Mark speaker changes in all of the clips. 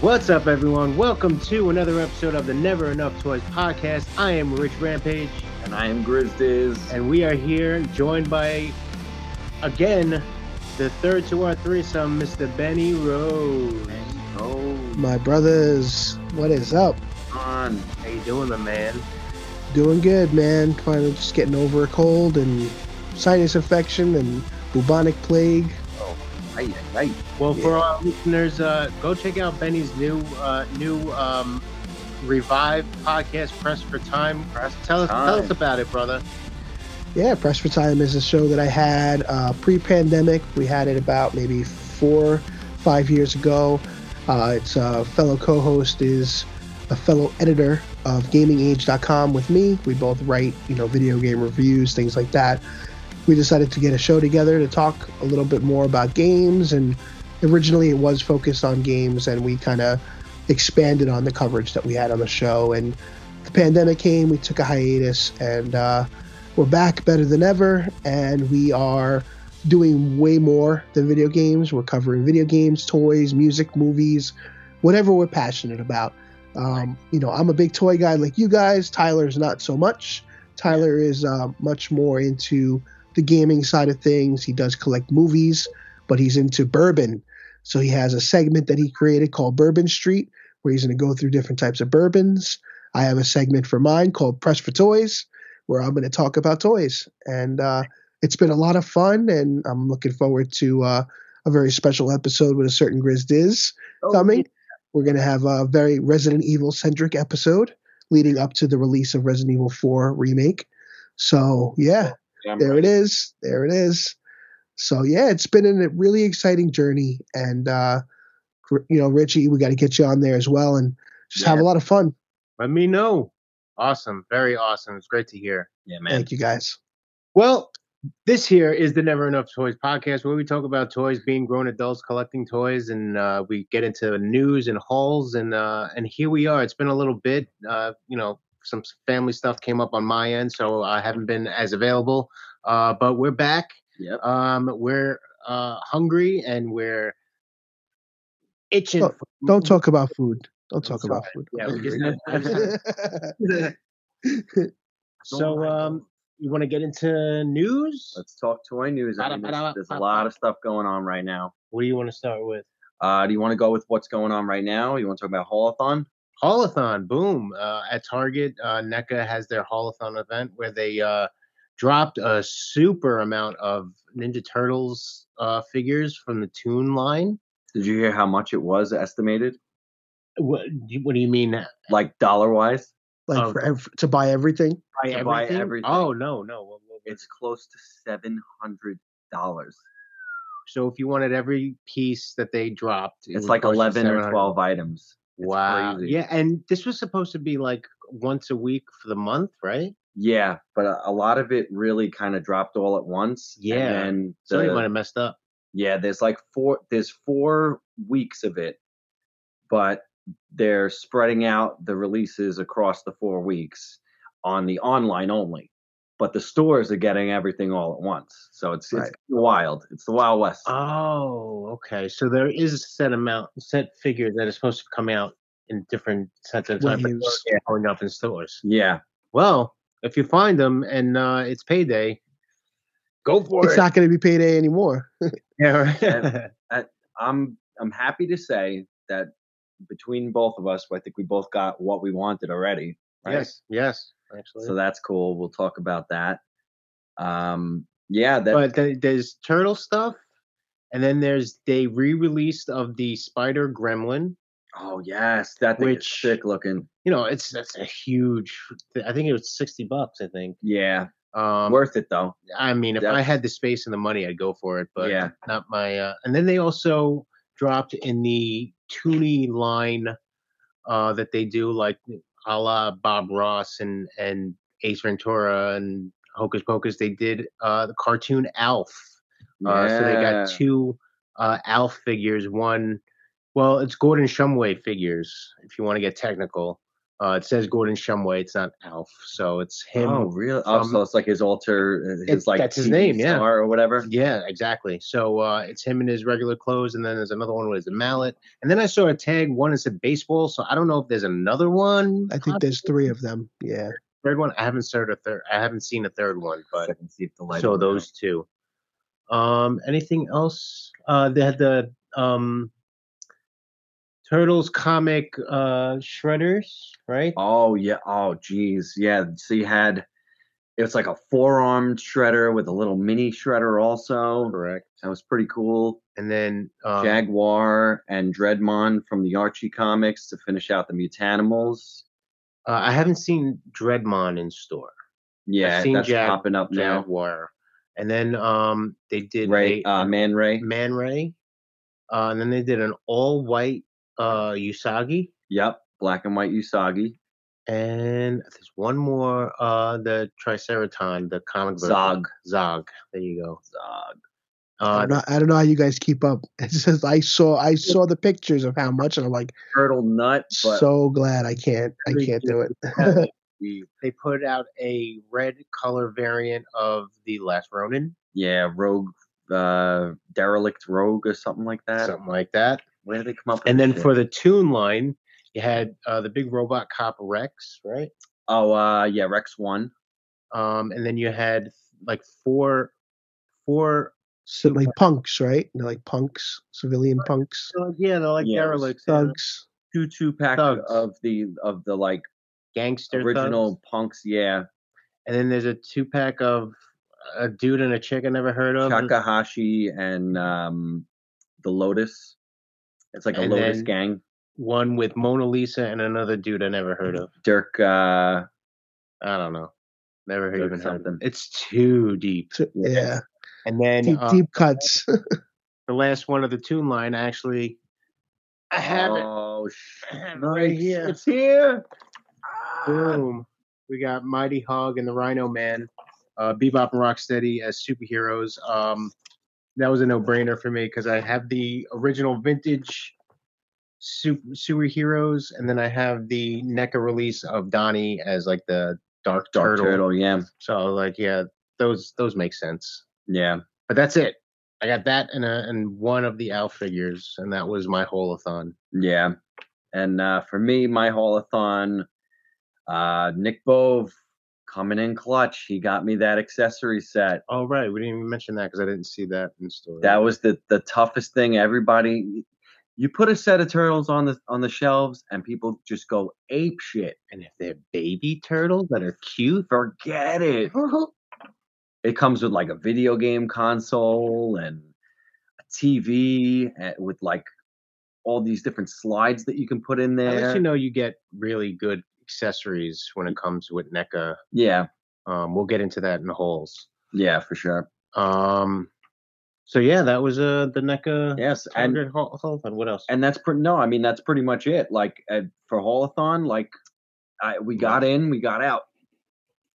Speaker 1: What's up, everyone? Welcome to another episode of the Never Enough Toys podcast. I am Rich Rampage,
Speaker 2: And I am Grizz
Speaker 1: and we are here joined by, again, the third to our threesome, Mr. Benny Rose.
Speaker 2: Oh,
Speaker 3: My brothers, what is up?
Speaker 2: on.
Speaker 1: How you doing, my man?
Speaker 3: Doing good, man. Finally, just getting over a cold and sinus infection and bubonic plague.
Speaker 2: Hey, hey.
Speaker 1: Well, for
Speaker 2: Yeah.
Speaker 1: our listeners, uh, go check out Benny's new uh, new um, revived podcast, Press for Time.
Speaker 2: Press for
Speaker 1: tell us tell
Speaker 2: Time.
Speaker 1: us about it, brother.
Speaker 3: Yeah, Press for Time is a show that I had uh, pre-pandemic. We had it about maybe four, five years ago. Uh, it's a fellow co-host is a fellow editor of GamingAge.com with me. We both write, you know, video game reviews, things like that. We decided to get a show together to talk a little bit more about games, and originally it was focused on games, and we kind of expanded on the coverage that we had on the show. And the pandemic came, we took a hiatus, and uh, we're back better than ever and we are doing way more than video games we're covering video games toys music movies whatever we're passionate about um, you know i'm a big toy guy like you guys tyler's not so much tyler is uh, much more into the gaming side of things he does collect movies but he's into bourbon so he has a segment that he created called bourbon street where he's going to go through different types of bourbons i have a segment for mine called press for toys where I'm going to talk about toys. And uh, it's been a lot of fun, and I'm looking forward to uh, a very special episode with a certain Grizz Diz coming. We're going to have a very Resident Evil centric episode leading up to the release of Resident Evil 4 Remake. So, yeah, there it is. There it is. So, yeah, it's been a really exciting journey. And, uh, gr- you know, Richie, we got to get you on there as well and just have
Speaker 2: Yeah.
Speaker 3: a lot of fun.
Speaker 1: Let me know. Awesome, very awesome. It's great to hear.
Speaker 2: Yeah, man.
Speaker 3: Thank you guys.
Speaker 1: Well, this here is the Never Enough Toys podcast where we talk about toys, being grown adults, collecting toys, and uh, we get into news and hauls. And uh, and here we are. It's been a little bit. Uh, you know, some family stuff came up on my end, so I haven't been as available. Uh, but we're back.
Speaker 2: Yep.
Speaker 1: Um, we're uh, hungry and we're itching.
Speaker 3: Oh,
Speaker 1: for-
Speaker 3: Don't
Speaker 2: Mm-hmm.
Speaker 3: talk about food. Don't talk
Speaker 1: Sorry.
Speaker 3: about food.
Speaker 1: Yeah,
Speaker 3: I'm
Speaker 1: we just-
Speaker 3: hungry.
Speaker 1: So um, you want to get into news?
Speaker 2: Let's talk toy news. I mean, there's, there's a lot of stuff going on right now.
Speaker 1: What do you want to start with?
Speaker 2: Uh, do you want to go with what's going on right now? You want to talk about Holothon?
Speaker 1: Holothon, boom! Uh, at Target, uh, NECA has their Holothon event where they uh, dropped a super amount of Ninja Turtles uh, figures from the Toon line.
Speaker 2: Did you hear how much it was estimated?
Speaker 1: What, do- what do you mean? Buy
Speaker 2: Like dollar wise?
Speaker 3: like
Speaker 1: Um,
Speaker 3: for ev- to buy everything.
Speaker 2: To buy everything.
Speaker 1: Oh no, no. Well, well,
Speaker 2: It's close to seven hundred dollars.
Speaker 1: so if you wanted every piece that they dropped, it
Speaker 2: It's
Speaker 1: would
Speaker 2: like
Speaker 1: cost you
Speaker 2: eleven or
Speaker 1: $700.
Speaker 2: twelve items. It's
Speaker 1: Wow.
Speaker 2: crazy.
Speaker 1: Yeah, and this was supposed to be like once a week for the month, right?
Speaker 2: Yeah, but a, a lot of it really kind of dropped all at once.
Speaker 1: Yeah.
Speaker 2: And then
Speaker 1: Somebody
Speaker 2: the-
Speaker 1: might have messed up.
Speaker 2: yeah, there's like four there's four weeks of it, but they're spreading out the releases across the four weeks on the online only. But the stores are getting everything all at once. So it's it's
Speaker 3: Right.
Speaker 2: wild. It's the Wild West.
Speaker 1: Oh, okay. So there is a set amount, set figure that is supposed to come out in different sets of
Speaker 3: Will
Speaker 1: time, but
Speaker 3: use.
Speaker 1: those are going up in stores.
Speaker 2: yeah.
Speaker 1: Well, if you find them and uh, it's payday, go for
Speaker 3: It's
Speaker 1: it.
Speaker 3: not going to be payday anymore.
Speaker 1: yeah, right.
Speaker 2: Yeah. I'm I'm happy to say that between both of us, I think we both got what we wanted already. Right?
Speaker 1: Yes, yes, actually.
Speaker 2: So that's cool. We'll talk about that. Um, yeah, that
Speaker 1: but th- there's turtle stuff, and then there's they re-released of the Spider Gremlin.
Speaker 2: oh yes, that thing
Speaker 1: Which-
Speaker 2: is sick looking.
Speaker 1: You know, it's that's a huge. I think it was sixty bucks. I think.
Speaker 2: Yeah,
Speaker 1: Um,
Speaker 2: worth it though.
Speaker 1: I mean, if I
Speaker 2: That's-
Speaker 1: had the space and the money, I'd go for it, but
Speaker 2: Yeah.
Speaker 1: not my. Uh, and then they also dropped in the Toonie line uh, that they do, like a la Bob Ross and and Ace Ventura and Hocus Pocus. They did uh, the cartoon Alf, uh, so they
Speaker 2: Yeah.
Speaker 1: got two uh, Alf figures. One, well, it's Gordon Shumway figures, if you want to get technical. Uh, it says Gordon Shumway. It's not Alf, so it's him.
Speaker 2: oh, really? Oh,
Speaker 1: from-
Speaker 2: so it's like his alter, uh, his
Speaker 1: It-
Speaker 2: like
Speaker 1: that's his
Speaker 2: TV
Speaker 1: name, yeah.
Speaker 2: star or whatever.
Speaker 1: Yeah, exactly. So uh, it's him in his regular clothes, and then there's another one with his mallet. And then I saw a tag one that said baseball, so I don't know if there's another one.
Speaker 3: I think there's three of them. Yeah.
Speaker 1: third one. I haven't started a third. I haven't seen a third one, but
Speaker 2: I can see if the light.
Speaker 1: so
Speaker 2: on that.
Speaker 1: those two. Um, anything else? Uh, they had the um, Turtles comic uh, shredders, right?
Speaker 2: Oh yeah. Oh geez. Yeah. So you had it's like a four-armed shredder with a little mini shredder also.
Speaker 1: Correct.
Speaker 2: That was pretty cool.
Speaker 1: And then um,
Speaker 2: Jaguar and Dreadmon from the Archie comics to finish out the Mutanimals.
Speaker 1: uh, I haven't seen Dreadmon in store.
Speaker 2: Yeah,
Speaker 1: seen
Speaker 2: that's
Speaker 1: Jag-
Speaker 2: popping up now.
Speaker 1: Jaguar. And then um, they did
Speaker 2: Ray,
Speaker 1: right.
Speaker 2: uh, Man Ray.
Speaker 1: Man Ray. Uh, and then they did an all white uh, Usagi.
Speaker 2: Yep, black and white Usagi.
Speaker 1: And there's one more, uh, the Triceraton, the comic version.
Speaker 2: Zog.
Speaker 1: Zog. There you go.
Speaker 2: Zog.
Speaker 3: I
Speaker 1: Uh,
Speaker 3: don't, know, I don't know how you guys keep up. It says I saw I saw the pictures of how much, and I'm like
Speaker 2: Turtle Nut. But
Speaker 3: so glad I can't I
Speaker 1: Every
Speaker 3: can't do it.
Speaker 1: uh, they put out a red color variant of the Last Ronin,
Speaker 2: yeah, Rogue, uh, Derelict Rogue or something like that.
Speaker 1: something like that.
Speaker 2: Where did they come up with
Speaker 1: And then
Speaker 2: this
Speaker 1: for
Speaker 2: shit?
Speaker 1: the tune line, you had uh, the big robot cop Rex, right?
Speaker 2: Oh, uh, yeah, Rex 1.
Speaker 1: Um, and then you had like four, four,
Speaker 3: so like punks, right? They're like punks, civilian punks,
Speaker 1: uh, yeah, they're like
Speaker 2: Yeah, it was
Speaker 1: derelicts, they're
Speaker 3: thugs.
Speaker 2: Two two pack
Speaker 1: Thugs.
Speaker 2: of the of the like
Speaker 1: gangster
Speaker 2: original
Speaker 1: thugs.
Speaker 2: punks, yeah.
Speaker 1: and then there's a two pack of a dude and a chick I never heard of.
Speaker 2: Takahashi and um the Lotus. It's like a
Speaker 1: And
Speaker 2: Lotus
Speaker 1: then-
Speaker 2: gang.
Speaker 1: One with Mona Lisa and another dude I never heard of.
Speaker 2: Dirk uh
Speaker 1: I don't know. Never heard
Speaker 2: Or
Speaker 1: even heard of them.
Speaker 2: something.
Speaker 1: It's too deep.
Speaker 3: So-
Speaker 2: Yeah.
Speaker 3: yeah,
Speaker 1: And then
Speaker 3: deep,
Speaker 1: uh,
Speaker 3: deep cuts.
Speaker 1: the last one of the tune line actually. I have it.
Speaker 2: Oh
Speaker 1: I
Speaker 2: shit.
Speaker 1: have it right
Speaker 2: nice.
Speaker 1: here.
Speaker 2: It's here.
Speaker 1: Uh,
Speaker 2: Ah,
Speaker 1: Boom. We got Mighty Hog and the Rhino Man, uh, Bebop and Rocksteady as superheroes. Um, that was a no-brainer for me because I have the original vintage su- superheroes, and then I have the NECA release of Donnie as like the Dark,
Speaker 2: Dark
Speaker 1: Turtle.
Speaker 2: Turtle. yeah.
Speaker 1: So like, yeah, those those make sense.
Speaker 2: Yeah.
Speaker 1: But that's it. I got that and a, and one of the Al figures, and that was my holothon.
Speaker 2: Yeah. And uh for me, my holothon, uh Nick Bove coming in clutch. He got me that accessory set.
Speaker 1: Oh right, we didn't even mention that because I didn't see that in store.
Speaker 2: that was the the toughest thing everybody you put a set of turtles on the on the shelves and people just go ape shit
Speaker 1: and if they're baby turtles that are cute,
Speaker 2: forget it it comes with like a video game console and a tv and with like all these different slides that you can put in
Speaker 1: At
Speaker 2: there
Speaker 1: least you know you get really good accessories when it comes with NECA.
Speaker 2: yeah
Speaker 1: Um, we'll get into that in the holes.
Speaker 2: yeah for sure
Speaker 1: Um, so yeah, that was uh, the NECA.
Speaker 2: yes and
Speaker 1: And what else?
Speaker 2: and that's pretty no i mean that's pretty much it like uh, for holothon like I, we got in we got out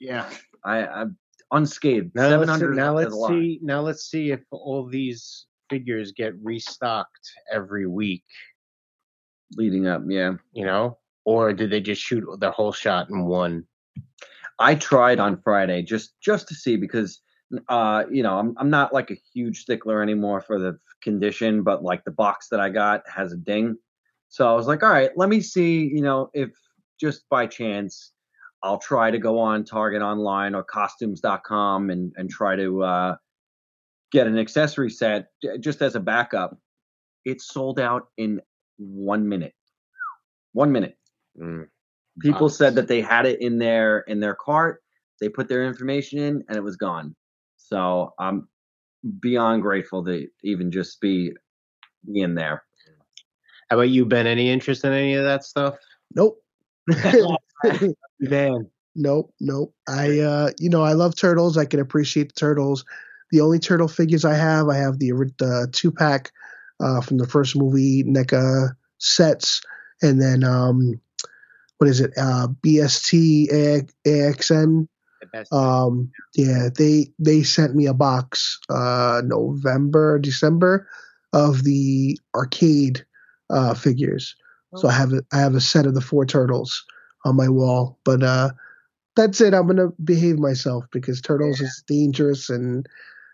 Speaker 1: yeah.
Speaker 2: i i'm unscathed
Speaker 1: Now let's, see,
Speaker 2: 700 is-
Speaker 1: now
Speaker 2: is a
Speaker 1: let's
Speaker 2: lot.
Speaker 1: see. Now let's see if all these figures get restocked every week.
Speaker 2: leading up. Yeah,
Speaker 1: You know, or did they just shoot their whole shot in one?
Speaker 2: I tried on Friday just just to see because uh you know I'm I'm not like a huge stickler anymore for the condition, but like the box that I got has a ding, so I was like, all right, let me see you know if just by chance I'll try to go on Target online or costumes.com and and try to uh get an accessory set j- just as a backup. It sold out in one minute. One minute. Mm. people said
Speaker 1: box.
Speaker 2: that they had it in their in their cart they put their information in and it was gone so i'm beyond grateful to even just be be in there
Speaker 1: How about you, Ben? Any interest in any of that stuff?
Speaker 3: nope.
Speaker 1: Ben,
Speaker 3: Nope, nope. I uh, you know, I love turtles. I can appreciate the turtles. The only turtle figures I have, I have the ori- the two pack uh, from the first movie NECA sets, and then um, what is it? Uh, BST A- AXN.
Speaker 1: the best.
Speaker 3: Um, yeah, they they sent me a box uh, November December of the arcade uh, figures. So I have a, I have a set of the four turtles on my wall. But uh, that's it. I'm gonna behave myself because Turtles is dangerous, and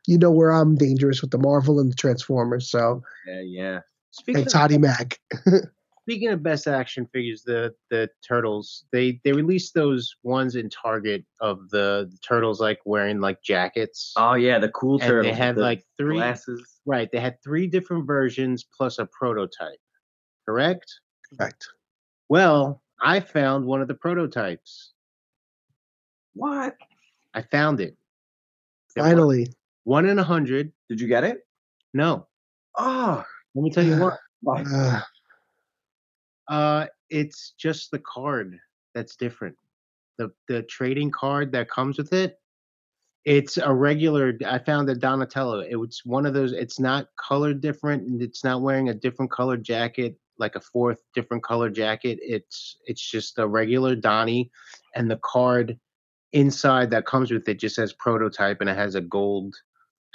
Speaker 3: you know where I'm dangerous with the Marvel and the Transformers. So
Speaker 2: Yeah, yeah.
Speaker 1: Speaking
Speaker 3: it's
Speaker 1: of,
Speaker 3: Hottie Mac.
Speaker 1: speaking of best action figures, the the turtles they they released those ones in Target of the, turtles like wearing like jackets.
Speaker 2: Oh yeah, the cool
Speaker 1: and
Speaker 2: turtles.
Speaker 1: they had
Speaker 2: the
Speaker 1: like three
Speaker 2: glasses.
Speaker 1: right. They had three different versions plus a prototype. Correct.
Speaker 3: Right.
Speaker 1: Well, I found one of the prototypes.
Speaker 2: What?
Speaker 1: I found it. There were
Speaker 3: Finally,
Speaker 1: one in a hundred.
Speaker 2: Did you get it?
Speaker 1: No,
Speaker 2: Oh,
Speaker 1: let me tell you what.
Speaker 2: my-
Speaker 3: uh,
Speaker 1: Uh, it's just the card that's different. The the trading card that comes with it. It's a regular. I found a Donatello. It was one of those. It's not colored different, and it's not wearing a different colored jacket, like a fourth different color jacket. It's it's just a regular Donnie, and the card inside that comes with it just says prototype, and it has a gold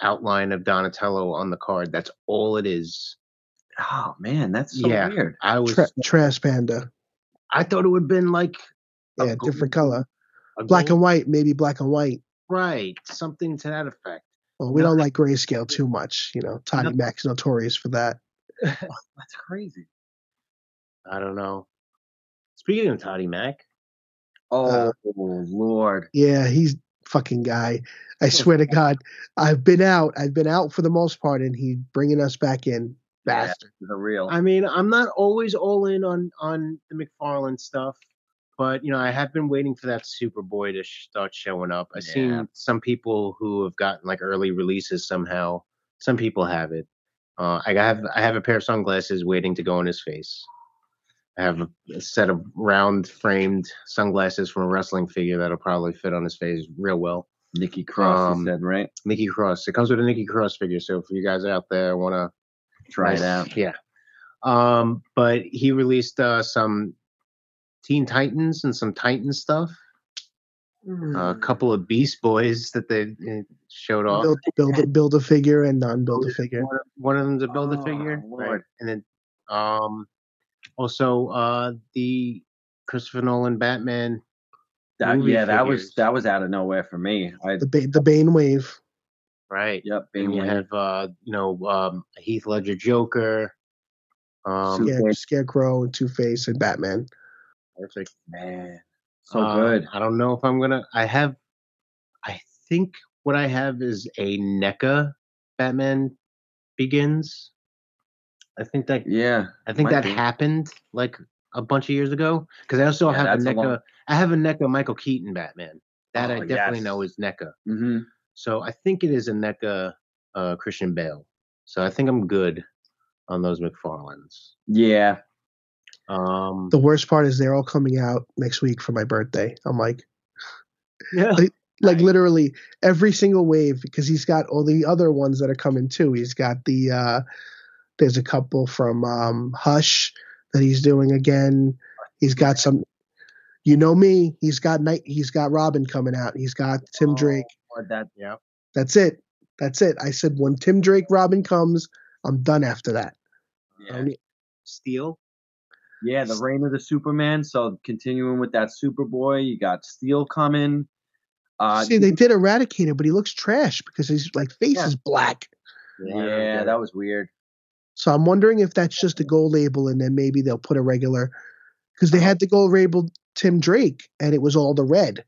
Speaker 1: outline of Donatello on the card. That's all it is.
Speaker 2: oh man, that's so
Speaker 1: Yeah.
Speaker 2: weird.
Speaker 1: I was.
Speaker 3: tra- Trash Panda.
Speaker 1: I thought it would have been like A
Speaker 3: Yeah,
Speaker 1: gold-
Speaker 3: different color.
Speaker 1: a
Speaker 3: Black
Speaker 1: gold-
Speaker 3: and white, maybe black and white.
Speaker 1: Right, something to that effect.
Speaker 3: Well, we
Speaker 1: No.
Speaker 3: don't like grayscale too much. You know, Toddy
Speaker 1: No.
Speaker 3: Mac's notorious for that.
Speaker 2: That's crazy.
Speaker 1: I don't know. Speaking of Toddy Mac,
Speaker 2: Oh
Speaker 3: Uh,
Speaker 2: Lord.
Speaker 3: Yeah, he's fucking guy. I swear to God, I've been out. I've been out for the most part, and he's bringing us back in. Bastard.
Speaker 2: Yeah, the real.
Speaker 1: I mean, I'm not always all in on on the McFarlane stuff, but you know, I have been waiting for that Superboy to sh- start showing up. I've
Speaker 2: Yeah.
Speaker 1: seen some people who have gotten like early releases somehow. Some people have it. Uh, I have I have a pair of sunglasses waiting to go on his face. I have a, a set of round framed sunglasses from a wrestling figure that'll probably fit on his face real well.
Speaker 2: Nikki Cross you
Speaker 1: um,
Speaker 2: said, right?
Speaker 1: Nikki Cross. It comes with a Nikki Cross figure. So if you guys out there want to
Speaker 2: Try it out.
Speaker 1: yeah. Um, but he released uh, some Teen Titans and some Titan stuff.
Speaker 3: Mm.
Speaker 2: Mm.
Speaker 1: a couple of Beast Boys that they uh, showed off.
Speaker 3: Build, build, a- build a figure and non-build a figure.
Speaker 1: One, one of them to build
Speaker 2: Oh,
Speaker 1: a figure,
Speaker 2: Lord.
Speaker 1: right. and then um, also uh, the Christopher Nolan Batman.
Speaker 2: That-
Speaker 1: Movie
Speaker 2: yeah, that was
Speaker 1: figures.
Speaker 2: that was out of nowhere for me. I
Speaker 3: The ba- the Bane wave.
Speaker 1: Right.
Speaker 2: yep, being
Speaker 1: And you
Speaker 2: like,
Speaker 1: have uh, you know um, Heath Ledger Joker. Um,
Speaker 3: yeah,
Speaker 2: Two-Face.
Speaker 3: Scarecrow and Two Face and Batman.
Speaker 1: perfect.
Speaker 2: man. So
Speaker 1: Uh,
Speaker 2: good.
Speaker 1: I don't know if I'm gonna. I have. I think what I have is a NECA Batman Begins. I think that
Speaker 2: Yeah.
Speaker 1: I think
Speaker 2: might
Speaker 1: that
Speaker 2: be.
Speaker 1: happened like a bunch of years ago because I also
Speaker 2: Yeah,
Speaker 1: have a
Speaker 2: that's a
Speaker 1: NECA.
Speaker 2: long-
Speaker 1: I have a NECA Michael Keaton Batman that I
Speaker 2: Oh,
Speaker 1: definitely know
Speaker 2: yes.
Speaker 1: is NECA.
Speaker 2: Mm-hmm.
Speaker 1: So I think it is a NECA uh, Christian Bale. So I think I'm good on those McFarlanes.
Speaker 2: Yeah.
Speaker 1: Um,
Speaker 3: The worst part is they're all coming out next week for my birthday. I'm like,
Speaker 1: yeah.
Speaker 3: like
Speaker 1: Nice.
Speaker 3: literally every single wave because he's got all the other ones that are coming too. He's got the uh there's a couple from um Hush that he's doing again. He's got some you know me, he's got night he's got Robin coming out. He's got Tim
Speaker 2: Oh,
Speaker 3: Drake.
Speaker 2: Lord, that
Speaker 1: Yep.
Speaker 3: That's it. That's it. I said when Tim Drake Robin comes, I'm done after that. I
Speaker 2: yeah.
Speaker 3: don't e need-
Speaker 1: Steel.
Speaker 2: yeah, the reign of the Superman. So continuing with that Superboy, you got Steel coming. Uh
Speaker 3: See, they did Eradicator, but he looks trash because his like face
Speaker 2: Yeah.
Speaker 3: is black.
Speaker 1: I don't
Speaker 2: yeah,
Speaker 1: get
Speaker 2: that was weird.
Speaker 3: So I'm wondering if that's just a gold label, and then maybe they'll put a regular because they had the gold label Tim Drake, and it was all the red,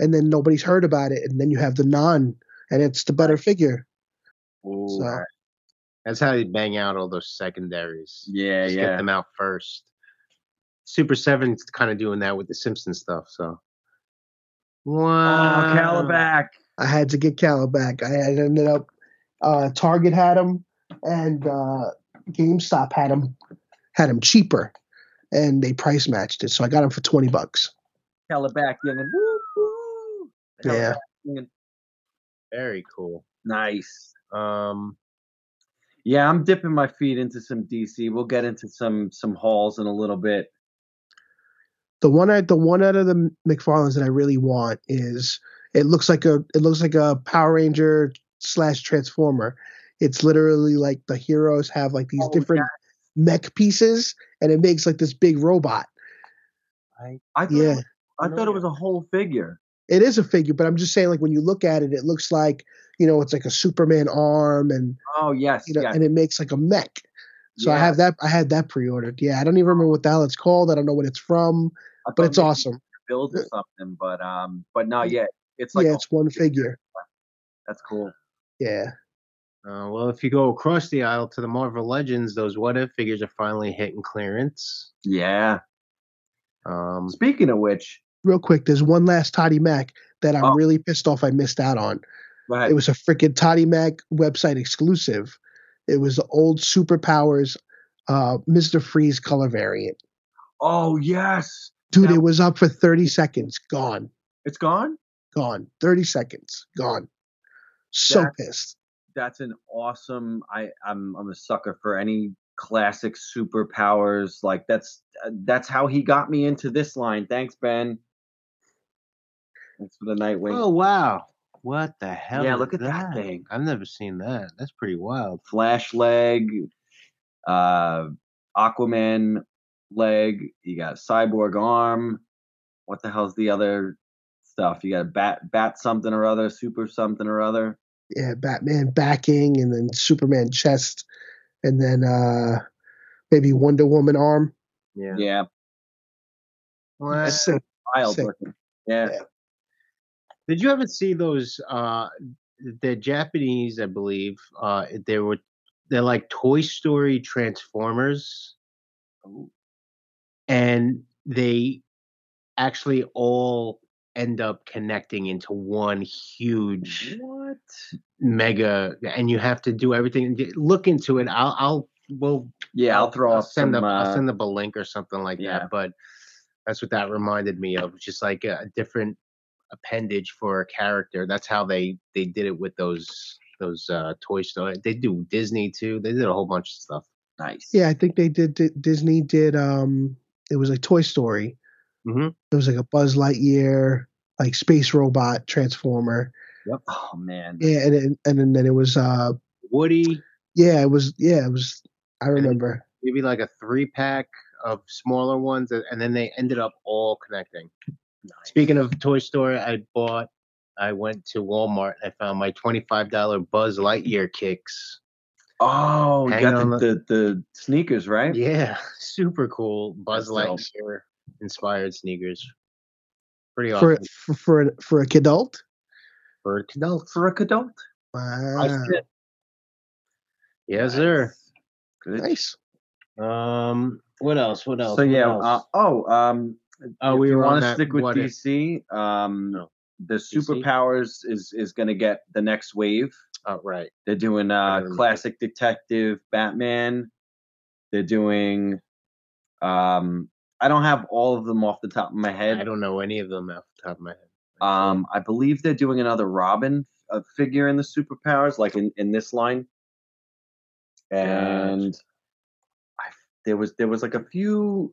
Speaker 3: and then nobody's heard about it, and then you have the non, and it's the better figure.
Speaker 2: Ooh,
Speaker 3: So
Speaker 1: That's how they bang out all those secondaries.
Speaker 2: Yeah,
Speaker 1: Just
Speaker 2: yeah.
Speaker 1: get them out first. Super Seven's kind of doing that with the Simpson stuff, so. Wow,
Speaker 2: oh, Calabac.
Speaker 3: I had to get Cal back. I had ended up uh, Target had him, and uh, GameStop had him had him cheaper, and they price matched it, so I got him for twenty bucks.
Speaker 2: Calabac yelling, woo, woo.
Speaker 3: Yeah.
Speaker 2: Calabac yelling.
Speaker 1: Very cool.
Speaker 2: Nice.
Speaker 1: Um,
Speaker 2: Yeah, I'm dipping my feet into some DC. We'll get into some some hauls in a little bit.
Speaker 3: the one I, the one out of the McFarlanes that I really want is it looks like a it looks like a Power Ranger slash Transformer. It's literally like the heroes have like these
Speaker 2: Oh,
Speaker 3: different mech pieces, and it makes like this big robot.
Speaker 1: I
Speaker 2: I thought,
Speaker 3: Yeah.
Speaker 2: it, was, I thought it was a whole figure.
Speaker 3: It is a figure, but I'm just saying, like when you look at it, it looks like you know it's like a Superman arm, and
Speaker 2: Oh yes,
Speaker 3: you know,
Speaker 2: yes.
Speaker 3: and it makes like a mech. So I
Speaker 2: yes.
Speaker 3: have that. I had that pre-ordered. Yeah, I don't even remember what the hell it's called. I don't know what it's from,
Speaker 2: I
Speaker 3: but
Speaker 2: thought
Speaker 3: it's
Speaker 2: maybe
Speaker 3: awesome. Uh,
Speaker 2: Build or something, but um, but no, yeah, it's like
Speaker 3: yeah,
Speaker 2: a-
Speaker 3: it's one figure.
Speaker 2: that's cool.
Speaker 3: Yeah,
Speaker 1: Uh, well, if you go across the aisle to the Marvel Legends, those what if figures are finally hitting clearance.
Speaker 2: Yeah.
Speaker 1: Um,
Speaker 2: Speaking of which,
Speaker 3: real quick, there's one last Toddy Mac that I'm
Speaker 2: Oh.
Speaker 3: really pissed off I missed out on.
Speaker 2: go ahead.
Speaker 3: It was a freaking Toddy Mac website exclusive. It was the old Superpowers uh, Mr. Freeze color variant.
Speaker 2: oh yes,
Speaker 3: Dude,
Speaker 2: Now-
Speaker 3: it was up for 30 seconds. Gone.
Speaker 2: it's gone.
Speaker 3: Gone. 30 seconds. Gone. So
Speaker 2: That-
Speaker 3: pissed.
Speaker 2: That's an awesome. I I'm I'm a sucker for any classic superpowers. Like that's uh, that's how he got me into this line. Thanks, Ben. Thanks for the night wing.
Speaker 1: oh wow, what the hell?
Speaker 2: yeah,
Speaker 1: is
Speaker 2: look at that thing.
Speaker 1: I've never seen that. That's pretty wild.
Speaker 2: Flash leg, uh, Aquaman leg. You got cyborg arm. What the hell's the other stuff? You got a bat, bat something or other, super something or other.
Speaker 3: Yeah, Batman backing and then Superman chest and then uh maybe Wonder Woman arm.
Speaker 1: Yeah.
Speaker 2: Yeah,
Speaker 1: What?
Speaker 3: Sick.
Speaker 2: wild
Speaker 3: Sick.
Speaker 2: looking. Yeah,
Speaker 3: Yeah.
Speaker 1: Did you ever see those? Uh, the Japanese, I believe, uh, they were they're like Toy Story Transformers,
Speaker 2: Ooh.
Speaker 1: and they actually all end up connecting into one huge.
Speaker 2: What?
Speaker 1: mega and you have to do everything D- look into it i'll i'll we'll
Speaker 2: Yeah, I'll throw up
Speaker 1: send
Speaker 2: some.
Speaker 1: up
Speaker 2: uh,
Speaker 1: i'll send up a link or something like
Speaker 2: yeah.
Speaker 1: that but that's what that reminded me of just like a, a different appendage for a character that's how they they did it with those those uh toy store they do disney too they did a whole bunch of stuff
Speaker 2: nice.
Speaker 3: Yeah, I think they did, did Disney did um it was like Toy Story.
Speaker 2: Mm-hmm.
Speaker 1: Mhm.
Speaker 3: It was like a Buzz Lightyear, like space robot transformer.
Speaker 2: Oh man.
Speaker 3: Yeah, and then- and then- then it was uh
Speaker 1: woody
Speaker 3: yeah, it was yeah, it was I
Speaker 1: it-
Speaker 3: remember.
Speaker 1: maybe like a three pack of smaller ones a- and then they ended up all connecting speaking of toy story i bought i went to walmart and i found my $25 buzz lightyear kicks
Speaker 2: Oh, you
Speaker 1: Hang
Speaker 2: got
Speaker 1: on
Speaker 2: the,
Speaker 1: the-
Speaker 2: the the sneakers right?
Speaker 1: yeah super cool buzz
Speaker 2: That's dope.
Speaker 1: lightyear inspired sneakers pretty
Speaker 3: For,
Speaker 1: awesome
Speaker 3: for for an- for a adult?
Speaker 1: for adults
Speaker 2: For a adult. I
Speaker 3: Wow.
Speaker 2: said,
Speaker 1: yes sir
Speaker 2: nice. Good.
Speaker 3: Nice.
Speaker 1: um what else what else
Speaker 2: So
Speaker 1: What
Speaker 2: yeah.
Speaker 1: else?
Speaker 2: Uh, oh, um,
Speaker 1: oh
Speaker 2: if
Speaker 1: we
Speaker 2: you
Speaker 1: were
Speaker 2: want
Speaker 1: on
Speaker 2: to
Speaker 1: that
Speaker 2: stick with
Speaker 1: what if.
Speaker 2: DC, um,
Speaker 1: No.
Speaker 2: the
Speaker 1: DC?
Speaker 2: superpowers is is going to get the next wave.
Speaker 1: oh, right
Speaker 2: They're doing uh,
Speaker 1: remember.
Speaker 2: classic detective Batman. They're doing. Um, I don't have all of them off the top of my
Speaker 1: i
Speaker 2: head.
Speaker 1: don't know any of them off the top of my head
Speaker 2: um, I believe they're doing another Robin uh, figure in the superpowers, like in, in this line. And I, there was there was like a few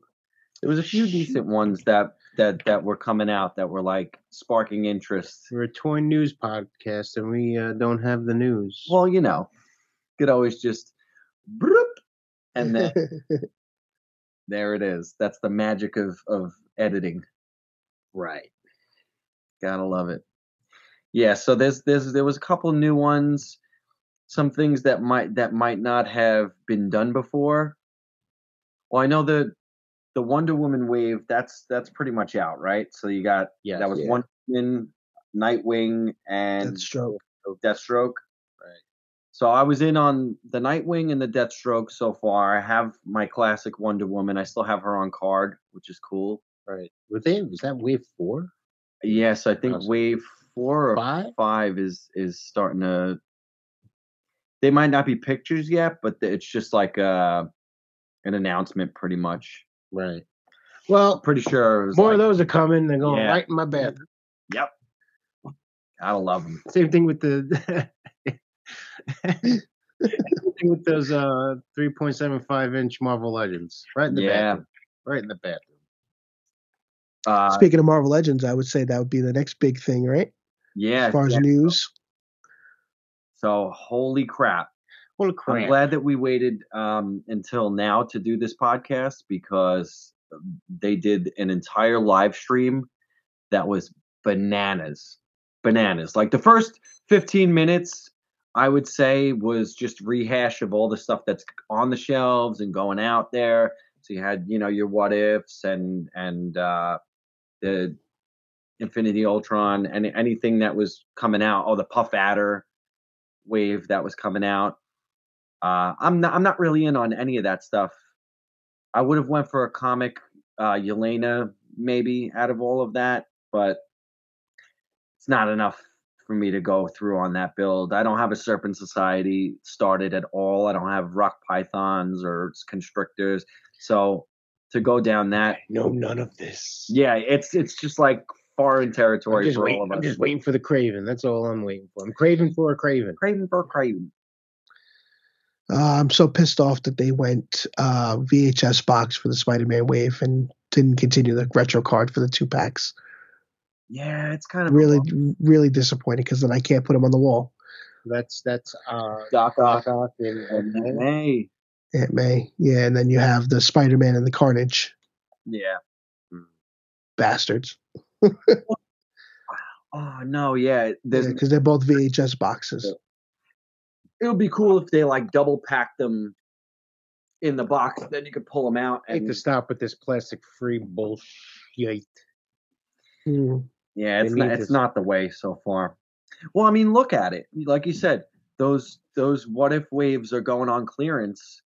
Speaker 2: there was a few decent ones that that that were coming out that were like sparking interest.
Speaker 1: we're a toy news podcast and we uh, don't have the news
Speaker 2: Well, you know, could always just bloop, and then there it is. That's the magic of of editing.
Speaker 1: right
Speaker 2: Gotta love it. Yeah, so there's there's there was a couple new ones, some things that might that might not have been done before. Well, I know the the Wonder Woman wave, that's that's pretty much out, right? So you got
Speaker 1: yeah
Speaker 2: that was
Speaker 3: yeah.
Speaker 2: Wonder Woman, Nightwing, and
Speaker 3: Deathstroke.
Speaker 2: Deathstroke.
Speaker 1: Right.
Speaker 2: So I was in on the Nightwing and the Deathstroke so far. I have my classic Wonder Woman. I still have her on card, which is cool.
Speaker 1: Right. Were they, was that wave four?
Speaker 2: Yes, I think
Speaker 1: Awesome.
Speaker 2: wave four or
Speaker 1: Five?
Speaker 2: five is is starting to they might not be pictures yet but th- it's just like uh an announcement pretty much
Speaker 1: Right.
Speaker 2: i'm
Speaker 1: Well,
Speaker 2: pretty sure it was
Speaker 1: more of
Speaker 2: like,
Speaker 1: those are coming. They're going
Speaker 2: Yeah.
Speaker 1: right in my bed.
Speaker 2: i love them
Speaker 1: Same thing with the. Same thing with those uh 3.75 inch Marvel Legends. Right in the
Speaker 2: Yeah.
Speaker 1: bathroom. Right in the bathroom.
Speaker 2: uh
Speaker 3: Speaking of Marvel Legends, I would say that would be the next big thing, right?
Speaker 2: yeah
Speaker 3: As far as
Speaker 2: yeah.
Speaker 3: news.
Speaker 2: so holy crap
Speaker 1: Holy
Speaker 2: i'm
Speaker 1: crap.
Speaker 2: glad that we waited um until now to do this podcast because they did an entire live stream that was bananas bananas like the first 15 minutes i would say was just rehash of all the stuff that's on the shelves and going out there so you had you know your what ifs and and uh the infinity ultron and anything that was coming out oh the puff adder wave that was coming out uh i'm not i'm not really in on any of that stuff I would have went for a comic, uh, Yelena, maybe out of all of that, but it's not enough for me to go through on that build. I don't have a Serpent Society started at all. I don't have rock pythons or constrictors, so to go down that,
Speaker 1: No, none of this.
Speaker 2: yeah, it's it's just like foreign
Speaker 1: I'm
Speaker 2: territory
Speaker 1: just,
Speaker 2: for all
Speaker 1: waiting,
Speaker 2: of
Speaker 1: I'm
Speaker 2: us.
Speaker 1: just waiting for the Craven. That's all I'm waiting for. I'm craving for a Craven.
Speaker 2: Craven for Craven.
Speaker 3: Uh, I'm so pissed off that they went uh, VHS box for the Spider-Man Wave and didn't continue the retro card for the two packs.
Speaker 2: Yeah, it's kind of
Speaker 3: Really, really disappointed because then I can't put them on the wall.
Speaker 1: That's that's uh,
Speaker 2: Doc
Speaker 1: Doc
Speaker 2: Ock
Speaker 1: Ock and, and
Speaker 2: and May.
Speaker 3: Aunt May, yeah, and then you have the Spider-Man and the Carnage
Speaker 2: Yeah.
Speaker 3: bastards
Speaker 2: Oh no, yeah. There's
Speaker 3: because they're both VHS boxes.
Speaker 2: it would be cool if they like double packed them in the box. Then you could pull them out
Speaker 1: I hate
Speaker 2: and
Speaker 1: to stop with this plastic free bullshit.
Speaker 3: Mm.
Speaker 2: yeah, it's
Speaker 1: They
Speaker 2: not
Speaker 1: need
Speaker 2: it's
Speaker 1: to-
Speaker 2: not the way so far. Well, I mean, look at it. Like you said, those those what if waves are going on clearance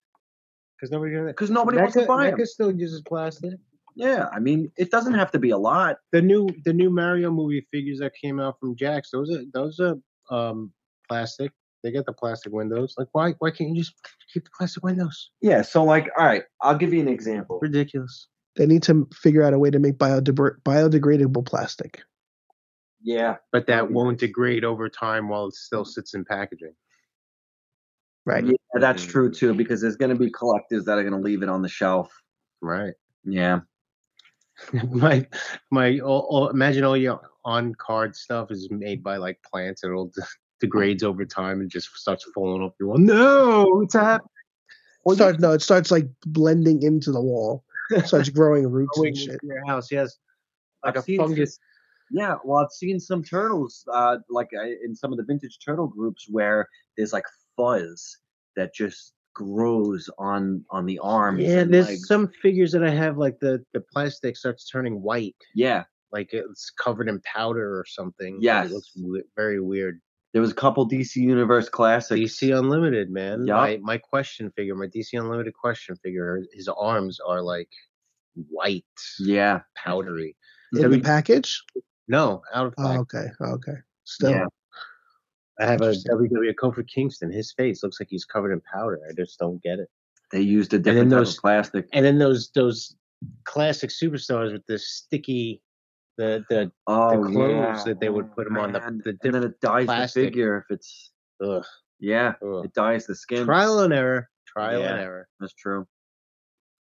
Speaker 1: Because nobody gonna
Speaker 2: because nobody wants to
Speaker 1: NECA-
Speaker 2: buy
Speaker 1: NECA
Speaker 2: them.
Speaker 1: still uses plastic.
Speaker 2: Yeah, I mean, it doesn't have to be a lot.
Speaker 1: The new the new Mario movie figures that came out from Jax, those are those are um plastic. They got the plastic windows. Like why why can't you just keep the plastic windows?
Speaker 2: Yeah. So like, all right, I'll give you an example.
Speaker 1: Ridiculous.
Speaker 3: They need to figure out a way to make biodegr- biodegradable plastic.
Speaker 2: Yeah,
Speaker 1: But that won't degrade over time while it still sits in packaging.
Speaker 3: Right.
Speaker 2: yeah, that's true too because there's going to be collectors that are going to leave it on the shelf.
Speaker 1: Right.
Speaker 2: Yeah.
Speaker 1: my my all, all, imagine all your on card stuff is made by like plants and it all de- degrades over time and just starts falling off your wall. No, it's happening.
Speaker 3: It starts, no, it starts like blending into the wall. starts growing roots and shit.
Speaker 1: Your house, yes. Like
Speaker 2: I've
Speaker 1: a
Speaker 2: seen some-
Speaker 1: fungus.
Speaker 2: Yeah, well, I've seen some turtles, uh, like I, in some of the vintage turtle groups, where there's like fuzz that just grows on on the arms.
Speaker 1: Yeah,
Speaker 2: and
Speaker 1: there's
Speaker 2: legs.
Speaker 1: some figures that I have like the the plastic starts turning white,
Speaker 2: Yeah,
Speaker 1: like it's covered in powder or something. and
Speaker 2: Yes.
Speaker 1: it looks we- very weird.
Speaker 2: there was a couple DC Universe classics.
Speaker 1: DC Unlimited, man.
Speaker 2: Yup.
Speaker 1: My my question figure, my DC Unlimited question figure, his arms are like white,
Speaker 2: Yeah,
Speaker 1: powdery.
Speaker 3: In the
Speaker 1: Every-
Speaker 3: package?
Speaker 1: No, out of
Speaker 3: Oh,
Speaker 1: fact.
Speaker 3: okay. Okay. Still.
Speaker 2: Yeah.
Speaker 1: I have a
Speaker 3: interesting.
Speaker 1: WWE Kofi Kingston. His face looks like he's covered in powder. I just don't get it.
Speaker 2: they used a
Speaker 1: then
Speaker 2: different type
Speaker 1: those-
Speaker 2: of plastic.
Speaker 1: And then those those classic superstars with the sticky, the the
Speaker 2: Oh,
Speaker 1: clothes
Speaker 2: yeah.
Speaker 1: that they would put 'em on, the-
Speaker 2: man.
Speaker 1: the
Speaker 2: and then it dyes
Speaker 1: plastic.
Speaker 2: the figure if it's
Speaker 1: Ugh,
Speaker 2: yeah,
Speaker 1: ugh.
Speaker 2: it dyes the skin.
Speaker 1: Trial and error. Trial and
Speaker 2: Yeah.
Speaker 1: error.
Speaker 2: That's true.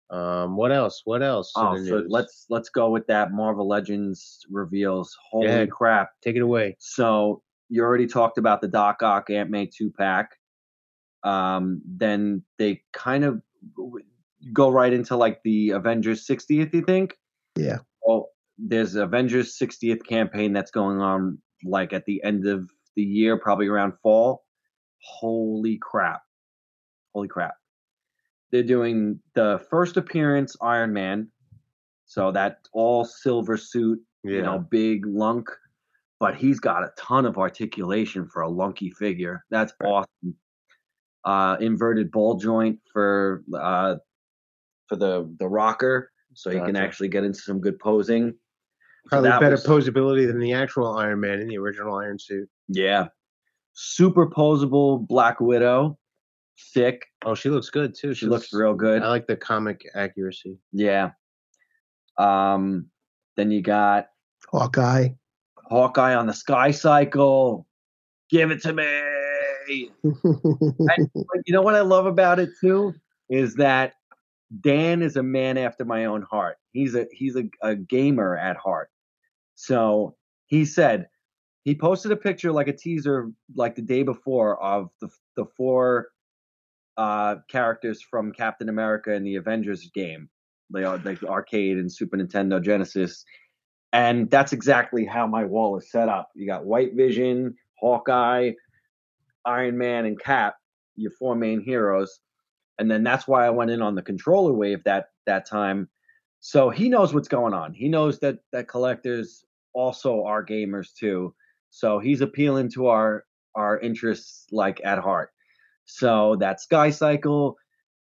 Speaker 1: Um, what else? What else? in
Speaker 2: Oh,
Speaker 1: the
Speaker 2: so
Speaker 1: news?
Speaker 2: let's let's go with that Marvel Legends reveals. Holy
Speaker 1: Yeah.
Speaker 2: crap!
Speaker 1: take it away.
Speaker 2: So you already talked about the Doc Ock Aunt May two pack. Um, then they kind of w- go right into like the Avengers 60th. You think?
Speaker 3: Yeah.
Speaker 2: Well, there's Avengers 60th campaign that's going on like at the end of the year, probably around fall. Holy crap! Holy crap! They're doing the first appearance Iron Man, so that all silver suit you know, big lunk, but he's got a ton of articulation for a lunky figure. That's awesome. Uh, inverted ball joint for uh, for the the rocker, so he can
Speaker 1: Gotcha.
Speaker 2: actually get into some good posing.
Speaker 1: probably
Speaker 2: that
Speaker 1: better
Speaker 2: was-
Speaker 1: posability than the actual Iron Man in the original Iron Suit.
Speaker 2: Yeah, super posable Black Widow, sick.
Speaker 1: Oh, she looks good too.
Speaker 2: She looks real good.
Speaker 1: I like the comic accuracy.
Speaker 2: Yeah. Um, then you got
Speaker 3: Hawkeye.
Speaker 2: Hawkeye on the Sky Cycle. Give it to me. But you know what I love about it too is that Dan is a man after my own heart. He's a he's a, a gamer at heart. So he said he posted a picture like a teaser like the day before of the the four uh characters from Captain America in the Avengers game. They are like arcade and Super Nintendo, Genesis, and that's exactly how my wall is set up. You got White Vision, Hawkeye, Iron Man, and Cap, your four main heroes, and then that's why I went in on the controller wave that that time. So he knows what's going on. He knows that that collectors also are gamers too. So he's appealing to our our interests like at heart. So that Sky Cycle,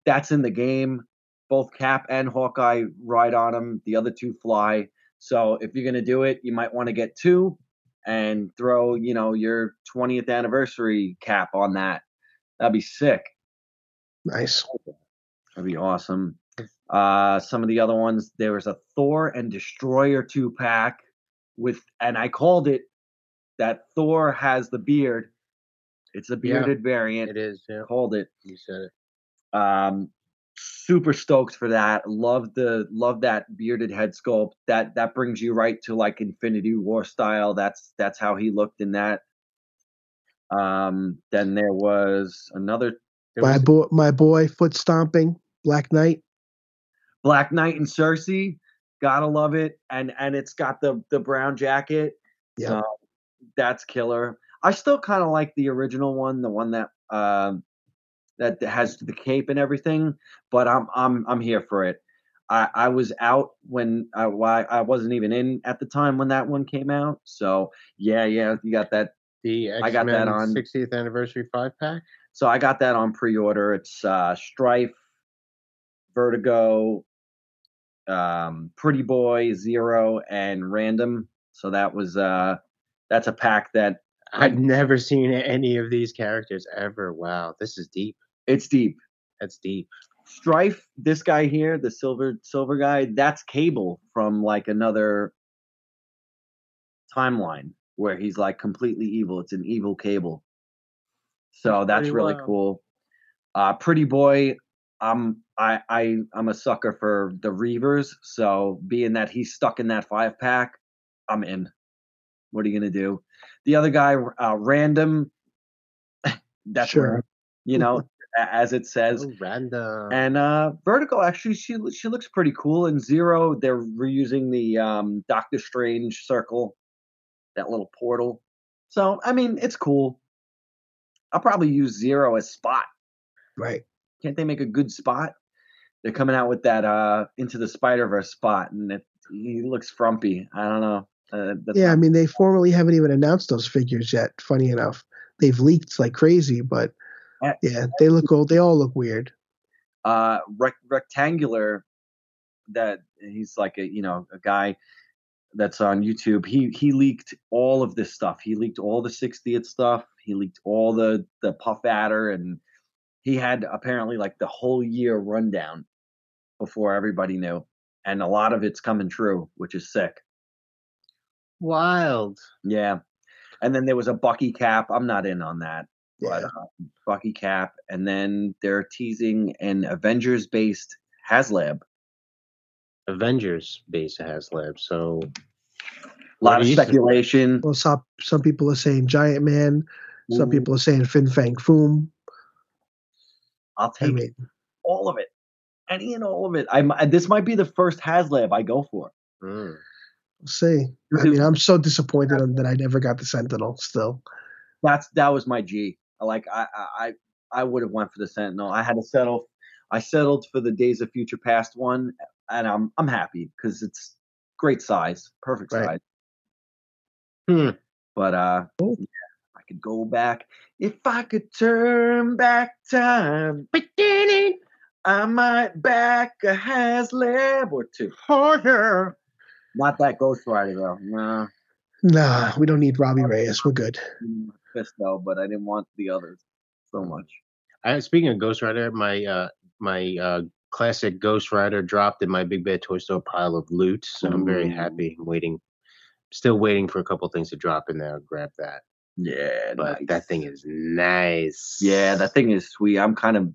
Speaker 2: that's in the game. Both Cap and Hawkeye ride on him. The other two fly. So if you're gonna do it, you might want to get two and throw, you know, your 20th anniversary cap on that. That'd be sick.
Speaker 3: Nice.
Speaker 2: That'd be awesome. Uh, some of the other ones, there was a Thor and Destroyer two pack with, and I called it that Thor has the beard. It's a
Speaker 1: Yeah.
Speaker 2: bearded variant.
Speaker 1: It is. Yeah,
Speaker 2: Called it.
Speaker 1: you said it.
Speaker 2: Um, super stoked for that. Love the love that bearded head sculpt. That that brings you right to like Infinity War style. That's that's how he looked in that. Um, then there was another
Speaker 1: There
Speaker 3: My
Speaker 1: was-
Speaker 3: boy, my boy, foot stomping, Black Knight.
Speaker 2: Black Knight and Cersei. Gotta love it. And and it's got the the brown jacket.
Speaker 3: Yeah.
Speaker 2: So that's killer. I still kind of like the original one, the one that um that has the cape and everything. But I'm I'm I'm here for it. I I was out when I why I wasn't even in at the time when that one came out. So yeah yeah you got that.
Speaker 1: The X-Men
Speaker 2: I got that on-
Speaker 1: 60th anniversary five pack.
Speaker 2: So I got that on pre-order. It's uh Strife, Vertigo, um, Pretty Boy, Zero, and Random. So that was uh, that's a pack that
Speaker 1: I've never seen any of these characters ever. Wow, this is deep.
Speaker 2: it's deep.
Speaker 1: That's deep.
Speaker 2: Strife, this guy here, the silver silver guy, that's Cable from like another timeline where he's like completely evil. It's an evil Cable. So that's
Speaker 1: pretty
Speaker 2: really
Speaker 1: wild.
Speaker 2: cool. Uh, Pretty Boy, I'm I I I'm a sucker for the Reavers. So being that he's stuck in that five pack, I'm in. What are you gonna do? The other guy, uh, random. that's
Speaker 3: Sure.
Speaker 2: random, you know, a- as it says.
Speaker 1: Oh, random.
Speaker 2: And uh, Vertigo actually, she lo- she looks pretty cool. And Zero, they're reusing the um, Doctor Strange circle, that little portal. So I mean, it's cool. I'll probably use Zero as spot.
Speaker 3: Right.
Speaker 2: Can't they make a good spot? They're coming out with that uh, Into the Spider Verse spot, and it, he looks frumpy. I don't know. Uh, that's
Speaker 3: yeah, I
Speaker 2: not-
Speaker 3: mean, they formally haven't even announced those figures yet. Funny enough, they've leaked like crazy, but
Speaker 2: Uh,
Speaker 3: yeah, they look old. They all look weird.
Speaker 2: uh rec- rectangular that he's like a you know a guy that's on YouTube he he leaked all of this stuff he leaked all the 60th stuff he leaked all the the puff adder and he had apparently like the whole year rundown before everybody knew and a lot of it's coming true which is sick
Speaker 1: Wild.
Speaker 2: yeah and then there was a bucky cap i'm not in on that
Speaker 3: Yeah.
Speaker 2: but uh, Bucky Cap, and then they're teasing an Avengers-based HasLab.
Speaker 1: Avengers base has lab. So
Speaker 2: A lot
Speaker 1: What
Speaker 2: of
Speaker 1: do you think?
Speaker 2: speculation.
Speaker 3: Well, some some people are saying Giant Man. Some
Speaker 2: Mhm.
Speaker 3: people are saying Fin Fang Foom.
Speaker 2: I'll
Speaker 3: I
Speaker 2: take
Speaker 3: mean,
Speaker 2: all of it, any and all of it. I mi- this might be the first HasLab I go for.
Speaker 1: mm.
Speaker 3: we'll see. I mean, I'm so disappointed that I never got the Sentinel. Still,
Speaker 2: That's that was my G. Like I I I- I would have went for the Sentinel. I had to settle. I settled for the Days of Future Past one, and I'm I'm happy because it's great size, perfect
Speaker 3: Right.
Speaker 2: size.
Speaker 1: Hmm.
Speaker 2: But uh,
Speaker 3: Cool.
Speaker 2: yeah, I could go back if I could turn back time. I might back a HasLab or two.
Speaker 1: harder.
Speaker 2: Not that Ghost Rider though. Nah,
Speaker 3: nah, we don't need Robbie Reyes. We're good.
Speaker 2: fist though, but I didn't want the others
Speaker 1: Mm.
Speaker 2: so much.
Speaker 1: I, speaking of Ghost Rider, my uh, my uh, classic Ghost Rider dropped in my Big Bad Toy Store pile of loot, so I'm very
Speaker 2: Ooh.
Speaker 1: happy. I'm waiting, still waiting for a couple things to drop in there. I'll grab that,
Speaker 2: Yeah,
Speaker 1: but
Speaker 2: nice.
Speaker 1: that thing is nice.
Speaker 2: Yeah, that thing is sweet. I'm kind of.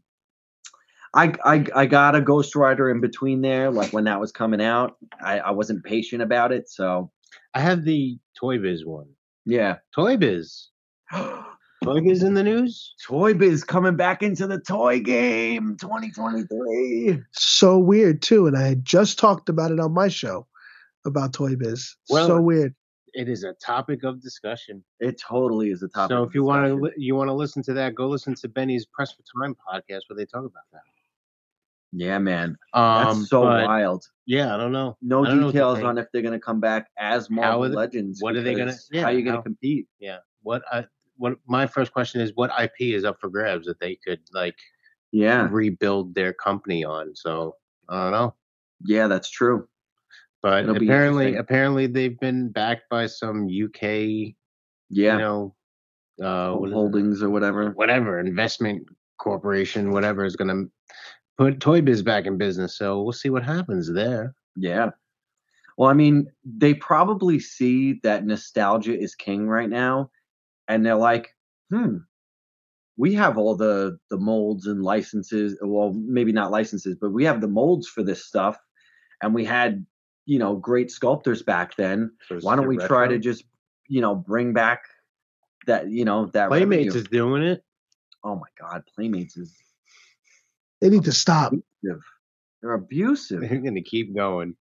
Speaker 2: I, I I got a Ghost Rider in between there, like when that was coming out. I, I wasn't patient about it, so
Speaker 1: I have the Toy Biz one.
Speaker 2: yeah.
Speaker 1: Toy Biz. Toy Biz in the news?
Speaker 2: Toy Biz coming back into the toy game 2023.
Speaker 3: So weird too, and I had just talked about it on my show about Toy Biz.
Speaker 1: Well-
Speaker 3: so weird.
Speaker 1: It is a topic of discussion.
Speaker 2: It totally is a topic.
Speaker 1: so
Speaker 2: of
Speaker 1: if you want to
Speaker 2: discussion.
Speaker 1: li- you want to listen to that, go listen to Benny's Press for Time podcast where they talk about that.
Speaker 2: yeah, man, that's
Speaker 1: Um,
Speaker 2: so
Speaker 1: but,
Speaker 2: wild.
Speaker 1: yeah, I don't know.
Speaker 2: No
Speaker 1: I don't know what to
Speaker 2: details
Speaker 1: think.
Speaker 2: on if they're gonna come back as Marvel
Speaker 1: are they-
Speaker 2: Legends.
Speaker 1: what are they gonna-
Speaker 2: because
Speaker 1: yeah,
Speaker 2: how are you gonna
Speaker 1: how-
Speaker 2: compete?
Speaker 1: What I what my first question is what IP is up for grabs that they could like
Speaker 2: Yeah,
Speaker 1: rebuild their company on. So I don't know.
Speaker 2: yeah, that's true.
Speaker 1: But
Speaker 2: It'll be
Speaker 1: apparently
Speaker 2: interesting.
Speaker 1: apparently they've been backed by some UK
Speaker 2: Yeah,
Speaker 1: you know uh what is it?
Speaker 2: holdings or whatever.
Speaker 1: whatever investment corporation, whatever is gonna put Toy Biz back in business. So we'll see what happens there.
Speaker 2: Yeah. Well, I mean, they probably see that nostalgia is king right now, and they're like, hmm, we have all the the molds and licenses. Well, maybe not licenses, but we have the molds for this stuff, and we had you know great sculptors back then.
Speaker 1: So
Speaker 2: Why don't
Speaker 1: it's
Speaker 2: we try to
Speaker 1: retro.
Speaker 2: just you know bring back that you know that
Speaker 1: Playmates
Speaker 2: revenue.
Speaker 1: is doing it.
Speaker 2: oh my god, Playmates is
Speaker 3: They need to stop.
Speaker 2: they're abusive.
Speaker 1: They're gonna keep going.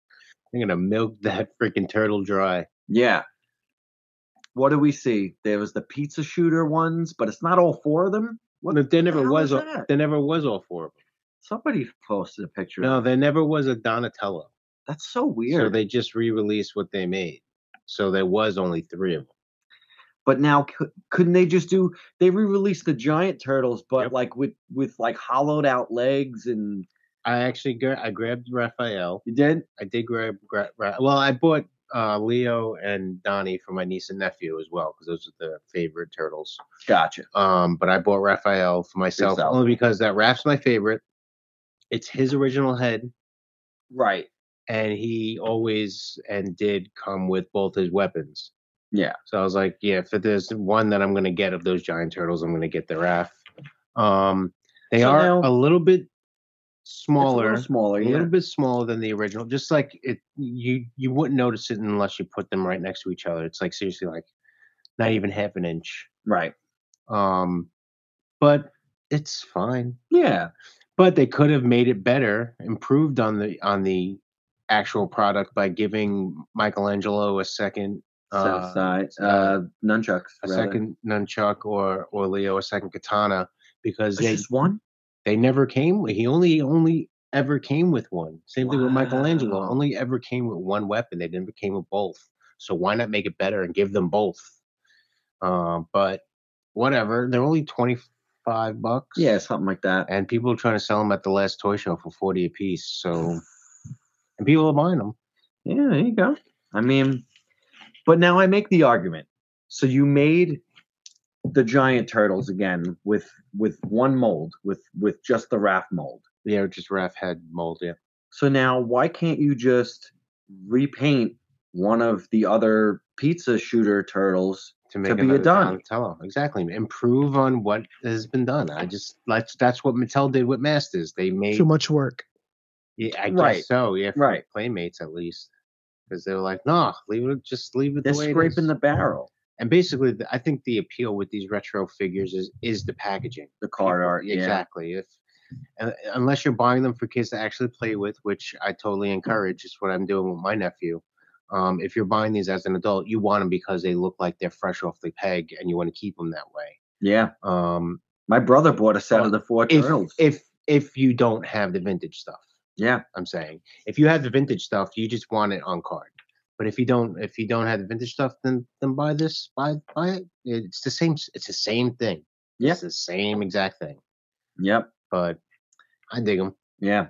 Speaker 1: They're gonna milk that freaking turtle dry.
Speaker 2: Yeah. What do we see? There was the pizza shooter ones, but it's not all four of them.
Speaker 1: Well, there never
Speaker 2: hell
Speaker 1: was.
Speaker 2: is
Speaker 1: A,
Speaker 2: that?
Speaker 1: there never was all four of them.
Speaker 2: Somebody posted a picture. of
Speaker 1: No,
Speaker 2: it.
Speaker 1: there never was a Donatello.
Speaker 2: that's so
Speaker 1: So
Speaker 2: weird.
Speaker 1: they just re-released what they made. So there was only three of them.
Speaker 2: but now, cou- couldn't they just do? They re-released the giant turtles, but
Speaker 1: Yep.
Speaker 2: like with with like hollowed out legs and
Speaker 1: I actually gra- I grabbed Raphael.
Speaker 2: you did.
Speaker 1: I did grab, grab Ra- well, I bought uh, Leo and Donnie for my niece and nephew as well because those are their favorite turtles.
Speaker 2: Gotcha.
Speaker 1: Um, but I bought Raphael for myself
Speaker 2: Yourself.
Speaker 1: only because that Raph's my favorite. It's his original head,
Speaker 2: Right.
Speaker 1: and he always and did come with both his weapons.
Speaker 2: Yeah.
Speaker 1: So I was like, yeah, if there's one that I'm gonna get of those giant turtles, I'm gonna get the Raph. Um, they
Speaker 2: So
Speaker 1: are
Speaker 2: now-
Speaker 1: a little bit
Speaker 2: It's a little
Speaker 1: smaller
Speaker 2: smaller.
Speaker 1: a
Speaker 2: Yeah.
Speaker 1: little bit smaller than the original. Just like it, you you wouldn't notice it unless you put them right next to each other. It's like seriously, like not even half an inch.
Speaker 2: Right.
Speaker 1: Um, but it's fine.
Speaker 2: Yeah.
Speaker 1: But they could have made it better, improved on the on the actual product by giving Michelangelo a second uh,
Speaker 2: South side.
Speaker 1: uh,
Speaker 2: Uh, nunchucks.
Speaker 1: a
Speaker 2: rather.
Speaker 1: second nunchuck or or Leo a second katana because
Speaker 2: It's
Speaker 1: they
Speaker 2: just one.
Speaker 1: they never came. with- He only only ever came with one. Same thing with Michelangelo.
Speaker 2: Wow.
Speaker 1: Only ever came with one weapon. They never came with both. So why not make it better and give them both? Um, but whatever. They're only twenty five bucks.
Speaker 2: Yeah, something like that.
Speaker 1: And people are trying to sell them at the last toy show for forty a piece. So and people are buying them.
Speaker 2: Yeah, there you go. I mean, but now I make the argument. So you made the giant turtles again with with one mold, with with just the raft mold.
Speaker 1: Yeah, just Raph had mold. Yeah.
Speaker 2: So now why can't you just repaint one of the other pizza shooter turtles?
Speaker 1: To make
Speaker 2: be a
Speaker 1: another
Speaker 2: Donnie.
Speaker 1: Donatello. Exactly. Improve on what has been done. I just that's that's what Mattel did with Masters. They made
Speaker 3: Too much work.
Speaker 1: Yeah, I
Speaker 2: Right.
Speaker 1: guess so. Yeah, for
Speaker 2: Right.
Speaker 1: Playmates at least, because they were like, "No, leave it. Just leave it
Speaker 2: They're
Speaker 1: the way it
Speaker 2: scraping
Speaker 1: is."
Speaker 2: the barrel,
Speaker 1: and basically, th- I think the appeal with these retro figures is is the packaging.
Speaker 2: the card
Speaker 1: People-
Speaker 2: art. Yeah.
Speaker 1: exactly. If un- unless you're buying them for kids to actually play with, which I totally encourage. It's what I'm doing with my nephew. Um, if you're buying these as an adult, you want them because they look like they're fresh off the peg, and you want to keep them that way.
Speaker 2: Yeah.
Speaker 1: Um,
Speaker 2: My brother bought a set
Speaker 1: Well,
Speaker 2: of the four
Speaker 1: if
Speaker 2: turtles.
Speaker 1: if if you don't have the vintage stuff.
Speaker 2: yeah.
Speaker 1: I'm saying. If you have the vintage stuff, you just want it on card. But if you don't, if you don't have the vintage stuff, then then buy this, buy buy it. It's the same. s- It's the same thing.
Speaker 2: Yeah.
Speaker 1: It's the same exact thing.
Speaker 2: Yep.
Speaker 1: But I dig them.
Speaker 2: Yeah.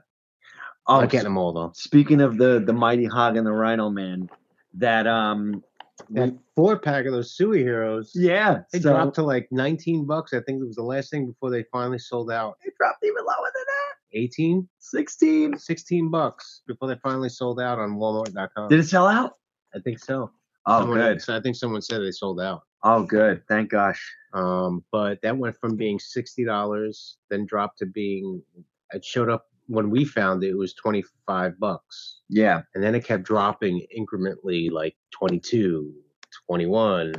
Speaker 1: I'm
Speaker 2: Oh,
Speaker 1: not getting them all though.
Speaker 2: speaking of the the mighty hog and the rhino man that um
Speaker 1: That four pack of those Sui heroes.
Speaker 2: yeah
Speaker 1: They
Speaker 2: so-
Speaker 1: dropped to like 19 bucks. I think it was the last thing before they finally sold out.
Speaker 2: they dropped even lower than that
Speaker 1: 18,
Speaker 2: 16
Speaker 1: 16 bucks before they finally sold out on Walmart.com.
Speaker 2: did it sell out
Speaker 1: I think so.
Speaker 2: oh
Speaker 1: Someone-
Speaker 2: good
Speaker 1: I think someone said they sold out.
Speaker 2: oh good thank gosh
Speaker 1: Um, but that went from being sixty dollars, then dropped to being. It showed up when we found it, it was twenty five bucks,
Speaker 2: yeah
Speaker 1: and then it kept dropping incrementally, like 22, 21,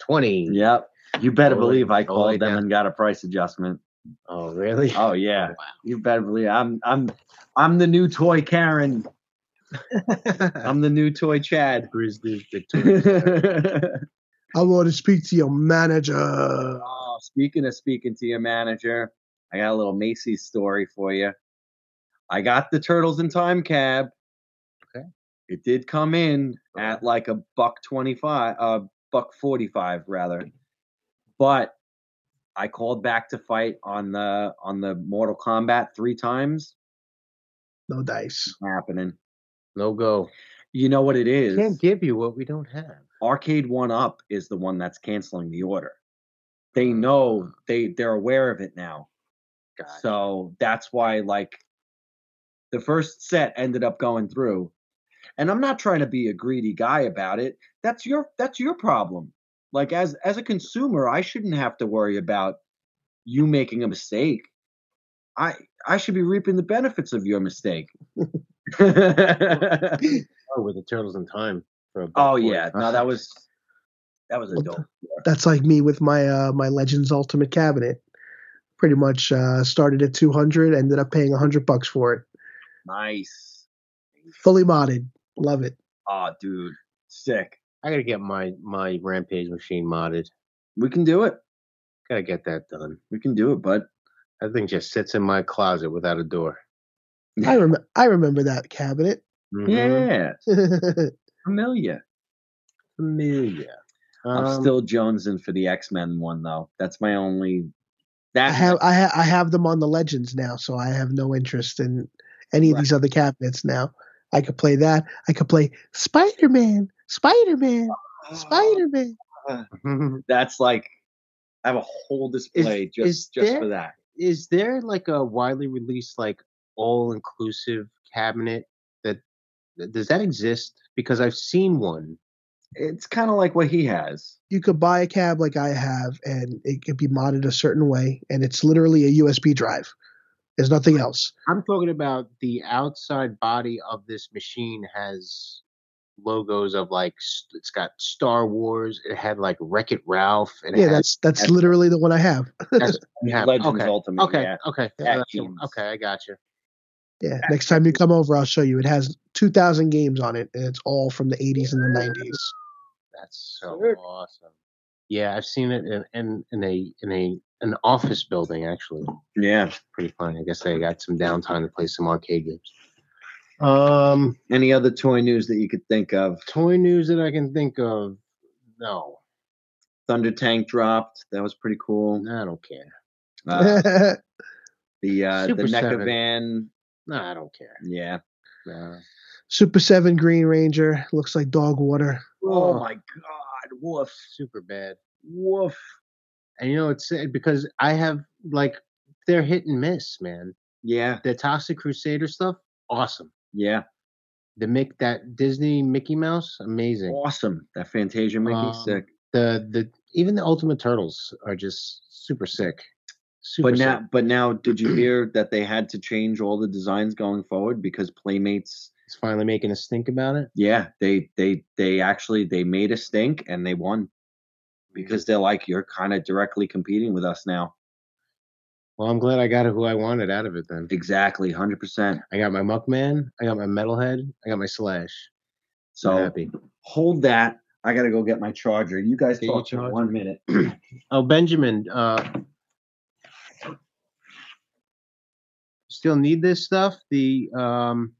Speaker 1: 20.
Speaker 2: yep You better
Speaker 1: Totally,
Speaker 2: believe I
Speaker 1: totally
Speaker 2: called them
Speaker 1: down.
Speaker 2: and got a price adjustment.
Speaker 1: Oh, really?
Speaker 2: Oh yeah. You better believe I'm I'm I'm the new toy Karen. I'm the new toy Chad.
Speaker 1: Bruce the, the toy.
Speaker 2: oh,
Speaker 3: I want to speak to your manager.
Speaker 2: Oh, speaking of speaking to your manager, I got a little Macy's story for you. I got the Turtles in Time cab.
Speaker 1: Okay.
Speaker 2: It did come in at like a buck 25, uh buck 45 rather. But I called back to fight on the on the Mortal Kombat 3 times.
Speaker 3: No dice.
Speaker 2: Happening.
Speaker 1: no go.
Speaker 2: You know what it is?
Speaker 1: Can't give you what we don't have.
Speaker 2: Arcade One Up is the one that's canceling the order. They
Speaker 1: Ah.
Speaker 2: know they they're aware of it now.
Speaker 1: Got
Speaker 2: So that's why like the first set ended up going through. And I'm not trying to be a greedy guy about it. That's your that's your problem. Like as as a consumer, I shouldn't have to worry about you making a mistake. I I should be reaping the benefits of your mistake.
Speaker 1: oh, with the turtles in time. For a buck
Speaker 2: oh
Speaker 1: 40.
Speaker 2: yeah, no that was that was a
Speaker 3: What
Speaker 2: dope.
Speaker 3: That's like me with my uh, my Legends Ultimate cabinet. Pretty much uh, started at 200, ended up paying 100 bucks for it.
Speaker 2: Nice.
Speaker 3: Fully modded. Love it.
Speaker 2: Ah, dude, sick.
Speaker 1: I gotta get my my rampage machine modded.
Speaker 2: We can do it.
Speaker 1: Gotta get that done.
Speaker 2: We can do it, bud.
Speaker 1: That thing just sits in my closet without a door.
Speaker 3: I, rem- I remember that cabinet.
Speaker 1: Mhm.
Speaker 2: Yeah, familiar.
Speaker 1: familiar.
Speaker 2: I'm still jonesing for the X Men one though. That's my only.
Speaker 3: I
Speaker 2: That
Speaker 3: have I, ha- I have them on the Legends now, so I have no interest in any of
Speaker 2: Right.
Speaker 3: these other cabinets now. I could play that. I could play Spider Man, Spider Man,
Speaker 1: Oh.
Speaker 2: Ah,
Speaker 3: Spider Man.
Speaker 1: still.
Speaker 2: That's like I have a whole display just
Speaker 1: is
Speaker 2: just
Speaker 1: there-
Speaker 2: for that.
Speaker 1: Is there like a widely released, like all inclusive cabinet that that- does that exist? Because I've seen one.
Speaker 2: It's kind of like what he has.
Speaker 3: You could buy a cab like I have, and it could be modded a certain way, and it's literally a USB drive. There's nothing else.
Speaker 1: I'm talking about the outside body of this machine has logos of like s- it's got Star Wars. It had like Wreck It Ralph. And it
Speaker 3: Yeah,
Speaker 1: had-
Speaker 3: that's that's
Speaker 2: that's-
Speaker 3: literally the one I have.
Speaker 1: that's what you have.
Speaker 2: Legends
Speaker 1: okay.
Speaker 2: Ultimate.
Speaker 1: Okay,
Speaker 2: yeah.
Speaker 1: okay,
Speaker 2: Yeah,
Speaker 1: that's the one.
Speaker 2: games.
Speaker 1: okay. I got you.
Speaker 3: Yeah. Next time you come over, I'll show you. It has 2,000 games on it, and it's all from the 80s and the 90s.
Speaker 1: That's so
Speaker 2: Sure.
Speaker 1: awesome. Yeah, I've seen it in, in in a in a an office building actually.
Speaker 2: yeah.
Speaker 1: Pretty fun. I guess they got some downtime to play some arcade games. Um,
Speaker 2: Any other toy news that you could think of?
Speaker 1: toy news that I can think of. No,
Speaker 2: Thunder Tank dropped. That was pretty cool.
Speaker 1: I don't care.
Speaker 2: Uh, the uh, the
Speaker 1: Super
Speaker 2: NECA
Speaker 1: Seven.
Speaker 2: van.
Speaker 1: No, I don't care.
Speaker 2: Yeah.
Speaker 1: No.
Speaker 3: Super 7 Green Ranger looks like dog water.
Speaker 2: Oh
Speaker 1: Oh.
Speaker 2: my god, woof,
Speaker 1: Super bad.
Speaker 2: woof.
Speaker 1: And you know it's sad because I have like they're hit and miss, man.
Speaker 2: Yeah,
Speaker 1: The Toxic Crusader stuff, awesome.
Speaker 2: yeah,
Speaker 1: The Mick that Disney Mickey Mouse, amazing.
Speaker 2: awesome. That Fantasia made me
Speaker 1: Um,
Speaker 2: sick.
Speaker 1: the the even the Ultimate Turtles are just super sick. Super
Speaker 2: But now,
Speaker 1: sick.
Speaker 2: but now, did you hear that they had to change all the designs going forward because Playmates?
Speaker 1: it's finally making us think about it.
Speaker 2: Yeah, they they they actually they made a stink and they won because they're like you're kind of directly competing with us now.
Speaker 1: Well, I'm glad I got who I wanted out of it then.
Speaker 2: Exactly, hundred percent.
Speaker 1: I got my Muckman, I got my Metalhead, I got my Slash. So
Speaker 2: So
Speaker 1: happy.
Speaker 2: hold that. I gotta go get my charger. You guys
Speaker 1: Get your
Speaker 2: talk for
Speaker 1: charger.
Speaker 2: one minute.
Speaker 1: Oh, Benjamin, uh still need this stuff? The um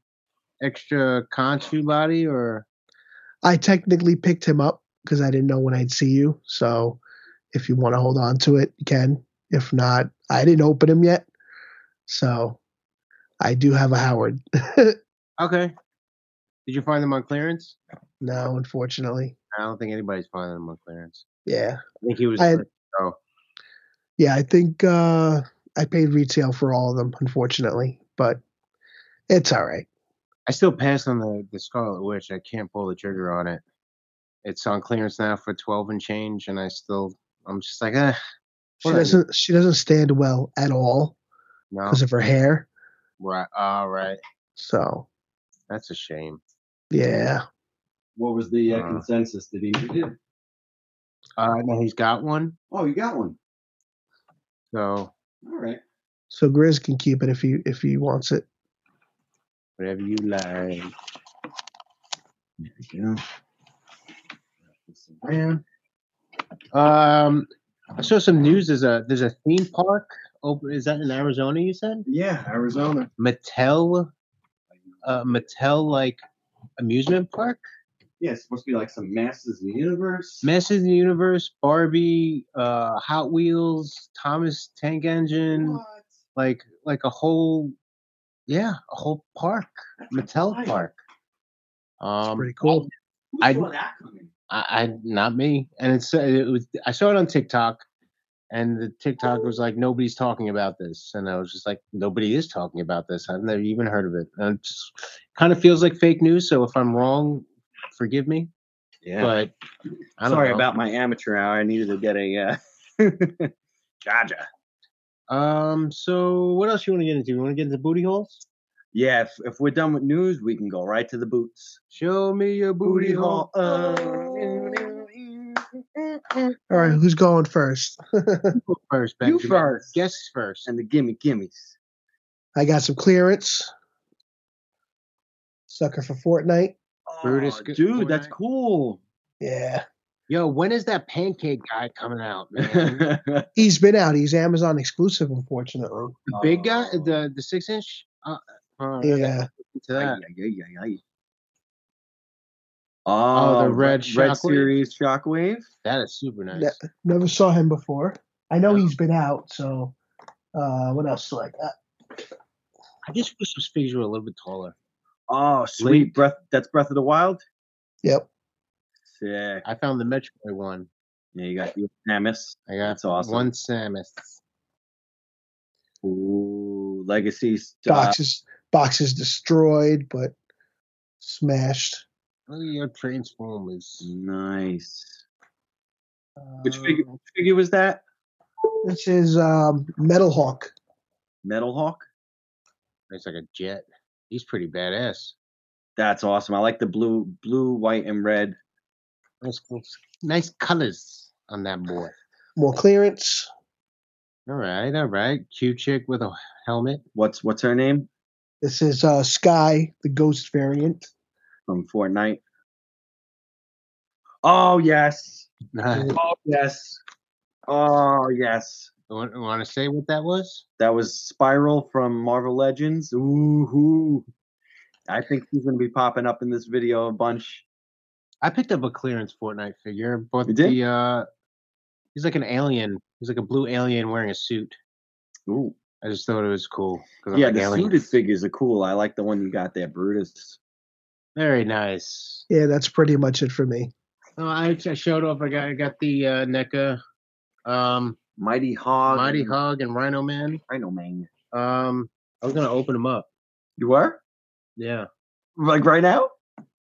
Speaker 1: extra conchu body or
Speaker 3: I technically picked him up because I didn't know when I'd see you. So if you want to hold on to it, you can. If not, I didn't open him yet. So I do have a Howard
Speaker 1: Okay. Did you find them on clearance?
Speaker 3: now, unfortunately.
Speaker 1: I don't think anybody's finding them on clearance.
Speaker 3: Yeah.
Speaker 1: I think he was
Speaker 3: I had- Yeah, I think uh, I paid retail for all of them, unfortunately. But it's all right.
Speaker 1: I still passed on the, the Scarlet Witch. I can't pull the trigger on it. It's on clearance now for twelve and change, and I still I'm just like, eh,
Speaker 3: She
Speaker 1: Right.
Speaker 3: doesn't she doesn't stand well at all
Speaker 1: no,
Speaker 3: because of her hair.
Speaker 1: right, all right,
Speaker 3: So
Speaker 1: that's a shame.
Speaker 3: yeah.
Speaker 2: What was the
Speaker 1: Uh.
Speaker 2: consensus? Did he need it?
Speaker 1: Uh, no, he's got one.
Speaker 4: Oh, you got one.
Speaker 1: So
Speaker 4: All right.
Speaker 3: So Grizz can keep it if he if he wants it.
Speaker 1: whatever you like. There we go. This around. Um, I saw some news. There's a there's a theme park open. Is that in Arizona? You said
Speaker 4: Yeah, Arizona.
Speaker 1: Mattel, uh, Mattel like amusement park.
Speaker 4: Yeah, it's supposed to be like some masses in the universe.
Speaker 1: Masters in the Universe, Barbie, uh, Hot Wheels, Thomas Tank Engine,
Speaker 4: What?
Speaker 1: like like a whole, yeah, a whole park, Mattel
Speaker 4: nice.
Speaker 1: Park. Um,
Speaker 3: Pretty cool.
Speaker 4: Who
Speaker 1: I-
Speaker 4: saw that coming?
Speaker 1: I, I not me, and it's uh, it was I saw it on TikTok, and the TikTok was like nobody's talking about this, and I was just like nobody is talking about this. I've never even heard of it, and it just kind of feels like fake news. So if I'm wrong, forgive me,
Speaker 2: Yeah.
Speaker 1: but I don't
Speaker 2: Sorry
Speaker 1: know.
Speaker 2: about my amateur hour. I needed to get a uh, Jaja.
Speaker 1: Um. So, what else you want to get into? You want to get into booty holes?
Speaker 2: Yeah, if, if we're done with news, we can go right to the boots.
Speaker 1: Show me your booty,
Speaker 2: Booty
Speaker 1: hole.
Speaker 2: hole.
Speaker 1: Uh,
Speaker 3: All
Speaker 1: um.
Speaker 3: right, who's going first?
Speaker 1: first,
Speaker 2: You
Speaker 1: Benjamin.
Speaker 2: first.
Speaker 1: Guess first.
Speaker 2: And the gimme gimmies.
Speaker 3: I got some clearance. Sucker for Fortnite.
Speaker 1: Brutus
Speaker 2: Aw,
Speaker 1: Gu-
Speaker 2: dude, that's
Speaker 1: Fortnite.
Speaker 2: cool.
Speaker 3: Yeah.
Speaker 1: Yo, when is that pancake guy coming out, man?
Speaker 2: the
Speaker 3: He's been out. He's Amazon exclusive, unfortunately.
Speaker 1: the big guy,
Speaker 2: Oh.
Speaker 1: the the six inch. Uh, uh,
Speaker 3: Yeah.
Speaker 1: To that.
Speaker 2: Oh,
Speaker 1: the red
Speaker 2: red
Speaker 1: shockwave?
Speaker 2: series shockwave.
Speaker 1: that is super nice.
Speaker 3: That- Never saw him before. I know
Speaker 1: Yeah.
Speaker 3: he's been out, so uh what else do I got?
Speaker 1: I just wish those figures were a little bit taller.
Speaker 2: Oh, sweet
Speaker 1: Link.
Speaker 2: breath. That's Breath of the Wild.
Speaker 3: Yep.
Speaker 2: Sick.
Speaker 1: I found the Metroid one.
Speaker 2: Yeah, you got the Samus.
Speaker 1: I got
Speaker 2: That's awesome.
Speaker 1: one Samus.
Speaker 2: Ooh, Legacy. stuff.
Speaker 3: Boxes boxes destroyed, but smashed.
Speaker 1: Look at Oh, your Transformers.
Speaker 2: Nice. Which
Speaker 3: Uh,
Speaker 2: figure, which figure was that?
Speaker 3: This is um Metal Hawk.
Speaker 2: Metal Hawk.
Speaker 1: It's like a jet. He's pretty badass.
Speaker 2: That's awesome. I like the blue, blue, white, and red.
Speaker 1: Nice, colours- nice colors on that boy.
Speaker 3: More clearance.
Speaker 1: All right, all right. Cute chick with a helmet.
Speaker 2: What's what's her name
Speaker 3: This is uh Sky, the ghost variant.
Speaker 2: from Fortnite? Oh yes.
Speaker 1: Want,
Speaker 2: Oh yes. Oh yes.
Speaker 1: want to say what that was?
Speaker 2: That was Spiral from Marvel Legends. Ooh, hoo. I think she's gonna be popping up in this video a bunch.
Speaker 1: I picked up a clearance Fortnite figure. Bought
Speaker 2: You did?
Speaker 1: the uh, he's like an alien. He's like a blue alien wearing a suit.
Speaker 2: Ooh.
Speaker 1: I just thought it was cool. 'cause I
Speaker 2: Yeah,
Speaker 1: like
Speaker 2: the
Speaker 1: aliens.
Speaker 2: suited figures are cool. I like the one you got there, Brutus.
Speaker 1: Very nice.
Speaker 3: Yeah, that's pretty much it for me.
Speaker 1: Oh, I, I showed off. I got I got the uh, NECA, um,
Speaker 2: Mighty Hog.
Speaker 1: Mighty
Speaker 2: and
Speaker 1: Hog, and Rhino Man.
Speaker 2: Rhino Man.
Speaker 1: Um, I was gonna open them up.
Speaker 2: You are?
Speaker 1: Yeah,
Speaker 2: Like right now?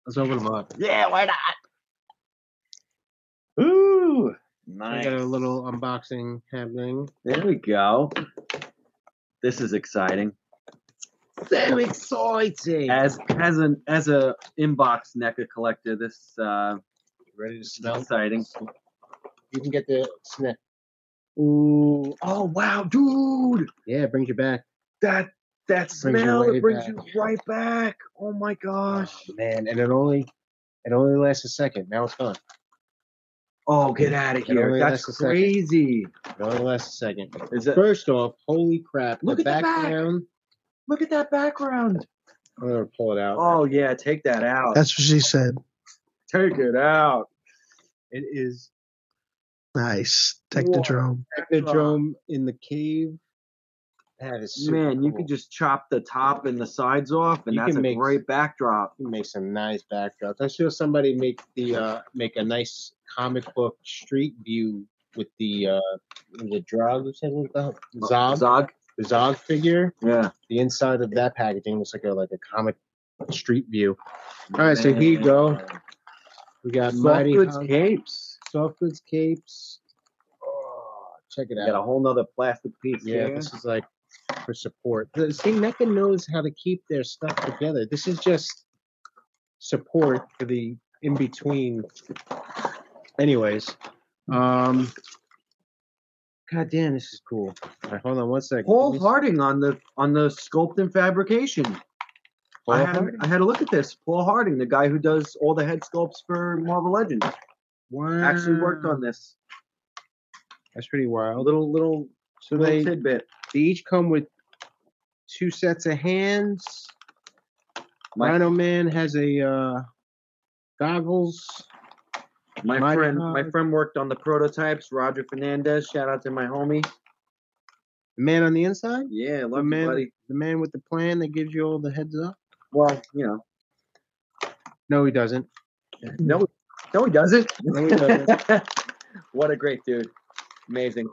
Speaker 1: let's open them up.
Speaker 2: Yeah, why not? Ooh.
Speaker 1: I
Speaker 2: Nice.
Speaker 1: got a little unboxing happening.
Speaker 2: There we go. This is exciting.
Speaker 1: So exciting!
Speaker 2: As as an as a inbox NECA collector, this uh
Speaker 1: Ready to
Speaker 2: is exciting.
Speaker 1: You can get the sniff.
Speaker 2: Ooh. Oh wow, dude.
Speaker 1: Yeah, it brings you back.
Speaker 2: That that
Speaker 1: Brings you
Speaker 2: smell
Speaker 1: way
Speaker 2: it brings
Speaker 1: back.
Speaker 2: you right back. Oh my gosh.
Speaker 1: Oh, man, and it only it only lasts a second. Now it's gone.
Speaker 2: Oh, get out of
Speaker 1: It
Speaker 2: here.
Speaker 1: only
Speaker 2: That's
Speaker 1: lasts a second.
Speaker 2: crazy.
Speaker 1: It only lasts a second.
Speaker 2: Is it
Speaker 1: First off, holy crap!
Speaker 2: Look
Speaker 1: the
Speaker 2: at the back.
Speaker 1: background.
Speaker 2: look at that background.
Speaker 1: I'm gonna pull it out.
Speaker 2: Oh yeah, take that out.
Speaker 3: That's what she said.
Speaker 2: take it out.
Speaker 1: It is
Speaker 3: Nice.
Speaker 2: Whoa.
Speaker 3: Technodrome.
Speaker 1: the drum in the cave. That is super
Speaker 2: Man, you
Speaker 1: cool.
Speaker 2: can just chop the top and the sides off, and
Speaker 1: You
Speaker 2: that's
Speaker 1: can
Speaker 2: a
Speaker 1: make-
Speaker 2: great backdrop.
Speaker 1: You can make some nice backdrops. I saw somebody make the uh make a nice comic book street view with the uh the drug Zog Zog
Speaker 2: Oh, Zog.
Speaker 1: the Zog figure.
Speaker 2: Yeah.
Speaker 1: the inside of that packaging was like a like a comic street view. All right, so here you go. We got
Speaker 2: Soft
Speaker 1: Mighty
Speaker 2: goods
Speaker 1: Hog-
Speaker 2: capes.
Speaker 1: soft goods capes. Oh, check it
Speaker 2: You got a
Speaker 1: out.
Speaker 2: whole nother plastic piece.
Speaker 1: Yeah,
Speaker 2: there.
Speaker 1: this is like for support. The- See, NECA knows how to keep their stuff together. This is just support for the in between. Anyways, Um, God damn, this is cool. All right, hold on one second.
Speaker 2: Paul
Speaker 1: Give me-
Speaker 2: Harding on the on the sculpt and fabrication.
Speaker 1: Paul
Speaker 2: I had
Speaker 1: Harding?
Speaker 2: I had a look at this. Paul Harding, the guy who does all the head sculpts for Marvel Legends, actually worked
Speaker 1: Wow.
Speaker 2: on this.
Speaker 1: That's pretty
Speaker 2: A
Speaker 1: wild.
Speaker 2: little little,
Speaker 1: So
Speaker 2: little
Speaker 1: Mm. they
Speaker 2: tidbit.
Speaker 1: they each come with two sets of hands.
Speaker 2: My-
Speaker 1: Rhino Man has a uh, goggles.
Speaker 2: My
Speaker 1: Mighty
Speaker 2: friend, my
Speaker 1: Hog.
Speaker 2: friend worked on the prototypes. Roger Fernandez, shout out to my homie.
Speaker 1: The man on the inside,
Speaker 2: Yeah, love you,
Speaker 1: man.
Speaker 2: buddy.
Speaker 1: the man with the plan that gives you all the heads up.
Speaker 2: Well, you know,
Speaker 1: No, he doesn't.
Speaker 2: no, no, he doesn't.
Speaker 1: No, he doesn't.
Speaker 2: what a great dude! Amazing.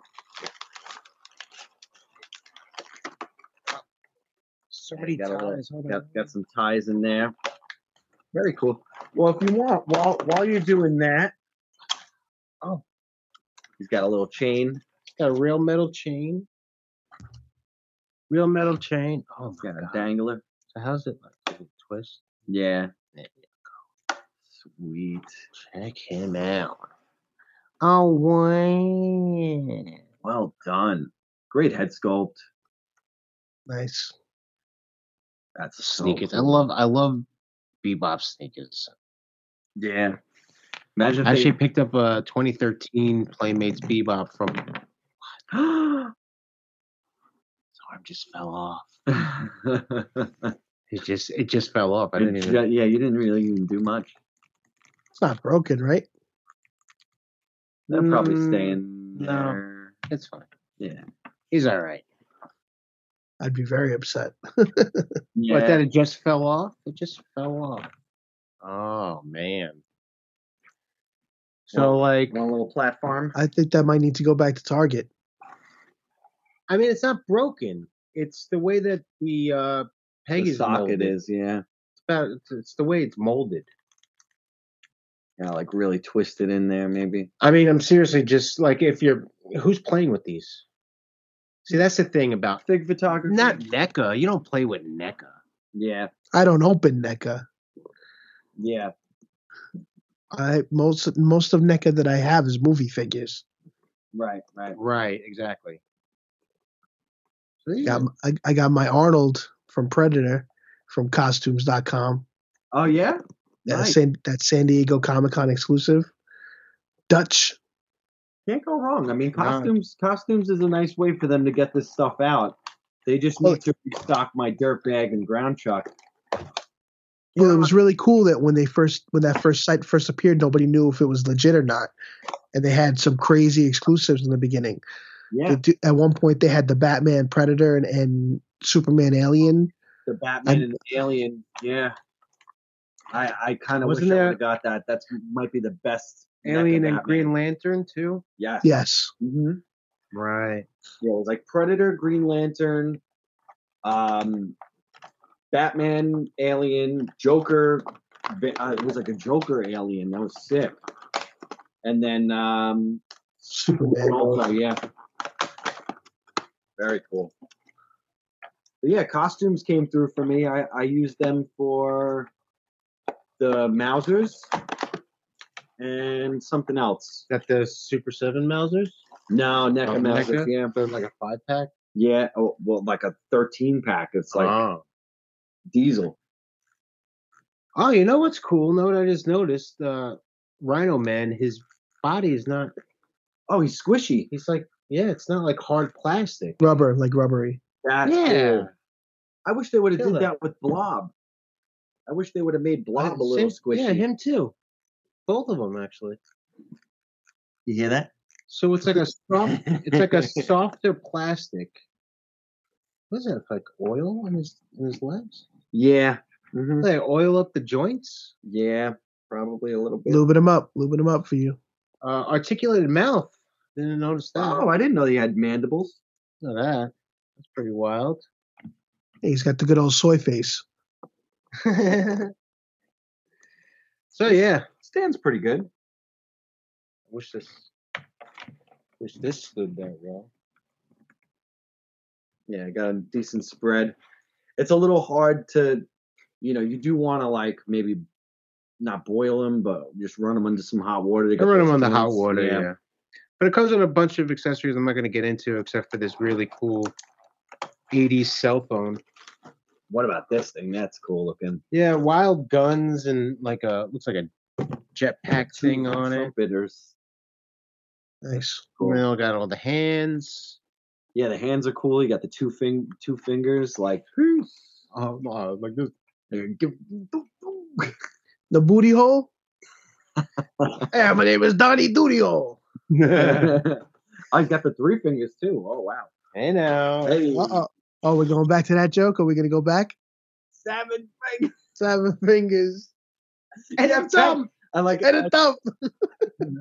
Speaker 1: So many
Speaker 2: got a lot-
Speaker 1: ties. Hold
Speaker 2: Got,
Speaker 1: on.
Speaker 2: got some ties in there. Very cool. Well, if you want, Oh, while while you're doing that, oh, he's got a little chain.
Speaker 1: Got a real metal chain. Real metal chain. Oh
Speaker 2: He's
Speaker 1: my
Speaker 2: got a
Speaker 1: god.
Speaker 2: dangler.
Speaker 1: So how's it like? Is it twist?
Speaker 2: Yeah.
Speaker 1: There
Speaker 2: Sweet.
Speaker 1: Check him out. Oh wow.
Speaker 2: Well done. Great head sculpt.
Speaker 3: Nice.
Speaker 2: That's so
Speaker 1: Sneakers. I
Speaker 2: cool.
Speaker 1: love I love Bebop sneakers.
Speaker 2: Yeah. Imagine
Speaker 1: I
Speaker 2: if
Speaker 1: actually
Speaker 2: they,
Speaker 1: picked up a 2013 Playmates Bebop from his arm just fell off. It just it just fell off. I didn't even
Speaker 2: yeah, yeah, you didn't really even do much.
Speaker 3: It's not broken, right?
Speaker 2: They're probably
Speaker 1: Mm,
Speaker 2: staying
Speaker 1: no.
Speaker 2: there.
Speaker 1: It's fine.
Speaker 2: Yeah.
Speaker 1: He's all right.
Speaker 3: I'd be very upset.
Speaker 2: Yeah.
Speaker 1: But then it just fell off. It just fell off. Oh man. So like
Speaker 2: one little platform.
Speaker 3: I think that might need to go back to Target.
Speaker 1: I mean it's not broken. It's the way that the uh peg
Speaker 2: The
Speaker 1: is
Speaker 2: socket
Speaker 1: molded.
Speaker 2: is, yeah.
Speaker 1: It's about it's, it's the way it's molded.
Speaker 2: Yeah, like really twisted in there, maybe.
Speaker 1: I mean, I'm seriously just like if you're who's playing with these? See, that's the thing about
Speaker 2: Fig photography.
Speaker 1: not NECA. You don't play with E NECA.
Speaker 2: Yeah,
Speaker 3: I don't open NECA.
Speaker 2: yeah.
Speaker 3: I most most of NECA that I have is movie figures.
Speaker 2: Right, right.
Speaker 1: Right, exactly. So these
Speaker 3: Got,
Speaker 1: are-
Speaker 3: m- I, I got my Arnold from Predator from costumes.com.
Speaker 2: Oh yeah?
Speaker 3: That,
Speaker 2: Nice.
Speaker 3: San, that San Diego Comic Con exclusive. Dutch.
Speaker 2: Can't go wrong. I mean
Speaker 1: No.
Speaker 2: costumes costumes is a nice way for them to get this stuff out. They just
Speaker 3: Well-
Speaker 2: need to restock my dirt bag and ground chuck.
Speaker 3: Well,
Speaker 2: Yeah.
Speaker 3: it was really cool that when they first when that first site first appeared, nobody knew if it was legit or not, and they had some crazy exclusives in the beginning.
Speaker 2: Yeah.
Speaker 3: They do- at one point, they had the Batman Predator and, and Superman Alien.
Speaker 2: the Batman
Speaker 3: And-
Speaker 2: and the Alien. Yeah, I I kind of wish
Speaker 1: Wasn't
Speaker 2: I
Speaker 1: there-
Speaker 2: would have got that. That's might be the best
Speaker 1: Alien and
Speaker 2: Batman.
Speaker 1: Green Lantern too.
Speaker 2: Yes.
Speaker 3: Yes,
Speaker 2: hmm
Speaker 1: Right.
Speaker 2: Yeah, it was like Predator, Green Lantern, um, Batman, Alien, Joker. Ba- Uh, it was like a Joker Alien. That was sick. And then um,
Speaker 3: Superman.
Speaker 2: also, yeah, very cool. But yeah, costumes came through for me. I, I used them for the Mausers and something else.
Speaker 1: That the Super Seven Mausers,
Speaker 2: No, NECA
Speaker 1: Oh,
Speaker 2: Mausers,
Speaker 1: NECA?
Speaker 2: yeah.
Speaker 1: but like a five pack.
Speaker 2: Yeah, oh, well, like a 13 pack. It's like
Speaker 1: oh.
Speaker 2: diesel.
Speaker 1: oh, you know what's cool? Know what I just noticed? Uh, Rhino Man, his body is not.
Speaker 2: Oh, he's squishy.
Speaker 1: He's like, yeah, it's not like hard plastic.
Speaker 3: Rubber, like rubbery.
Speaker 2: That's
Speaker 1: Yeah.
Speaker 2: cool. I wish they would have
Speaker 1: Killer.
Speaker 2: did that with Blob. I wish they would have made
Speaker 1: Uh,
Speaker 2: Blob a little
Speaker 1: same- Yeah,
Speaker 2: squishy.
Speaker 1: him too. Both of them actually.
Speaker 2: You hear that?
Speaker 1: So it's like a soft, it's like a softer plastic. What is that? Like oil in his in his legs?
Speaker 2: Yeah. Mhm.
Speaker 1: They oil up the joints.
Speaker 2: Yeah, probably a little bit.
Speaker 3: Lubing them up, lubing them up for you.
Speaker 1: Uh, articulated mouth. Didn't notice that.
Speaker 2: Oh, I didn't know they had mandibles.
Speaker 1: Look at that. That's pretty wild.
Speaker 3: He's got the good old soy face.
Speaker 1: so yeah,
Speaker 2: Stands pretty good.
Speaker 1: wish this wish this stood that well.
Speaker 2: Yeah, got a decent spread. It's a little hard to, you know, you do want to like maybe not boil them, but just run them under some hot water. to
Speaker 1: I
Speaker 2: get
Speaker 1: run them
Speaker 2: those
Speaker 1: on the hot
Speaker 2: joints.
Speaker 1: water. Yeah. But it comes with a bunch of accessories I'm not going to get into except for this really cool 80s cell phone.
Speaker 2: What about this thing? That's cool looking.
Speaker 1: Yeah, wild guns and like a looks like a jetpack thing on it.
Speaker 2: Trumpeters.
Speaker 3: Nice.
Speaker 1: And then I got all the hands.
Speaker 2: Yeah, the hands are cool. You got the two fing two fingers like
Speaker 1: Uh, uh, like this.
Speaker 3: The booty hole. yeah, my name is Donnie Doody Hole.
Speaker 1: I
Speaker 2: Oh, he's got the three fingers too. Oh wow.
Speaker 1: know.
Speaker 2: Hey,
Speaker 3: Uh-oh. Oh, we're going back to that joke. Are we going to go back?
Speaker 2: seven fingers
Speaker 3: Seven fingers and a thumb
Speaker 2: I like
Speaker 3: and a thumb.
Speaker 1: Seven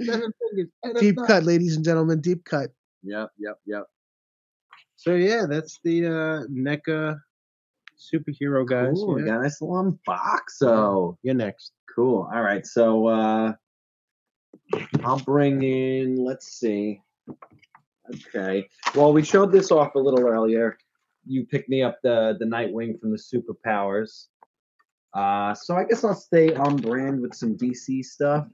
Speaker 1: fingers and a
Speaker 3: Deep
Speaker 1: thumb.
Speaker 3: cut, ladies and gentlemen. Deep cut.
Speaker 2: Yep, yep, yep.
Speaker 1: So yeah, that's the uh, NECA superhero guys.
Speaker 2: Cool. We
Speaker 1: Yeah.
Speaker 2: got a nice long box. So
Speaker 1: You're next.
Speaker 2: cool. All right. So uh I'll bring in let's see. Okay. Well we showed this off a little earlier. You picked me up the the Nightwing from the superpowers. Uh so I guess I'll stay on brand with some DC stuff.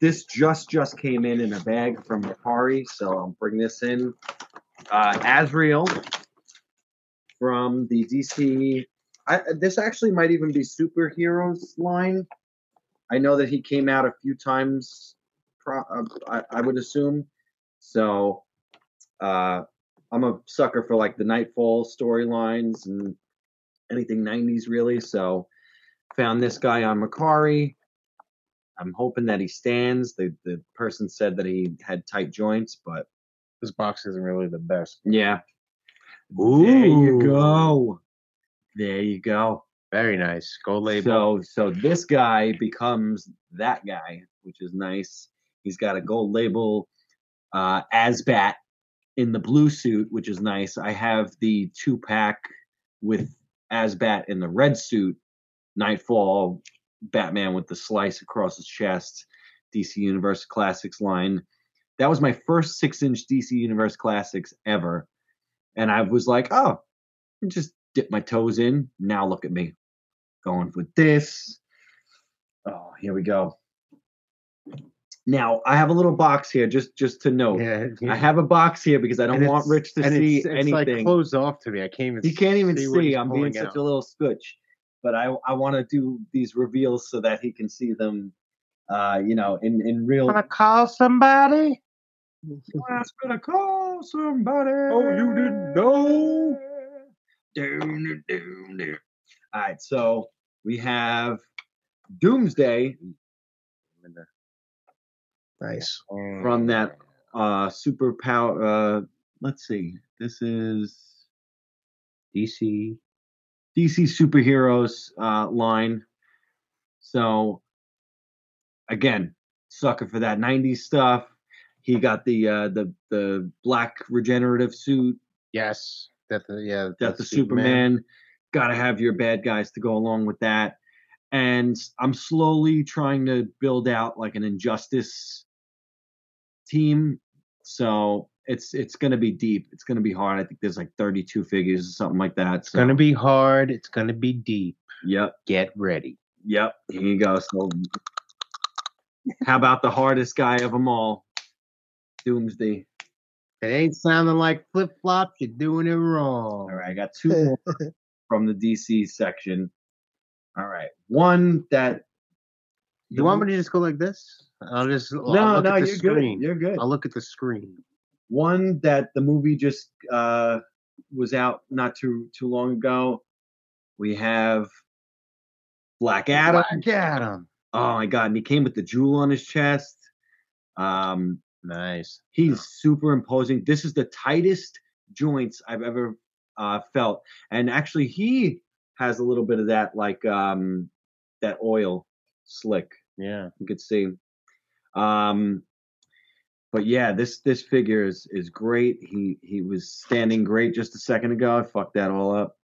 Speaker 2: This just just came in in a bag from Macari, so I'll bring this in. Uh Azrael from the DC I, this actually might even be superheroes line. I know that he came out a few times. Pro, uh, I, I would assume. So, uh, I'm a sucker for like the Nightfall storylines and anything '90s really. So, found this guy on Macari. I'm hoping that he stands. The the person said that he had tight joints, but
Speaker 1: This box isn't really the best.
Speaker 2: yeah. There you go. There you go.
Speaker 1: Very nice. Gold label.
Speaker 2: So so this guy becomes that guy, which is nice. He's got a gold label uh Asbat in the blue suit, which is nice. I have the two pack with Asbat in the red suit, Nightfall, Batman with the slice across his chest, DC Universe Classics line. That was my first six inch DC Universe Classics ever. And I was like, oh, just dip my toes in. Now look at me going with this. Oh, here we go. Now I have a little box here, just just to note.
Speaker 1: yeah,
Speaker 2: I have a box here because I don't
Speaker 1: and
Speaker 2: want
Speaker 1: it's-
Speaker 2: Rich to
Speaker 1: and
Speaker 2: see
Speaker 1: it's, it's like
Speaker 2: anything.
Speaker 1: closed off to me. I can't even.
Speaker 2: he can't even see.
Speaker 1: what he's
Speaker 2: I'm being
Speaker 1: pulling
Speaker 2: such
Speaker 1: out.
Speaker 2: a little scutch, but I I want to do these reveals so that he can see them. Uh, you know, in in real.
Speaker 1: Wanna call somebody?
Speaker 2: I'm gonna call somebody.
Speaker 1: Oh, you didn't know?
Speaker 2: Doom, doom, doom. All right, so we have Doomsday
Speaker 3: Nice.
Speaker 1: Mm.
Speaker 2: From that- uh superpower uh let's see this is
Speaker 1: DC.
Speaker 2: dc superheroes uh line so again sucker for that 90s stuff he got the uh the the black regenerative suit
Speaker 1: Yes. That the yeah.
Speaker 2: Death of Superman. Gotta have your bad guys to go along with that. And I'm slowly trying to build out like an injustice team. So it's it's gonna be deep. It's gonna be hard. I think there's like 32 figures or something like that.
Speaker 1: It's gonna be hard. It's gonna be deep.
Speaker 2: Yep.
Speaker 1: Get ready.
Speaker 2: Yep. Here you go. So how about the hardest guy of them all? Doomsday.
Speaker 1: It ain't sounding like flip flops. You're doing it wrong.
Speaker 2: All right, I got two more from the DC section. All right. One that
Speaker 1: You want me to just go like this? I'll just I'll
Speaker 2: No,
Speaker 1: look
Speaker 2: no,
Speaker 1: at the
Speaker 2: you're
Speaker 1: screen.
Speaker 2: good. You're good.
Speaker 1: I'll look at the screen.
Speaker 2: One that the movie just uh, was out not too too long ago. We have Black Adam.
Speaker 1: Got him.
Speaker 2: Oh my God! And he came with the jewel on his chest. Um,
Speaker 1: Nice.
Speaker 2: He's super imposing. This is the tightest joints I've ever uh, felt, and actually, he has a little bit of that like um, that oil slick.
Speaker 1: Yeah.
Speaker 2: You could see. Um, but yeah, this this figure is is great. He he was standing great just a second ago. I fucked that all up.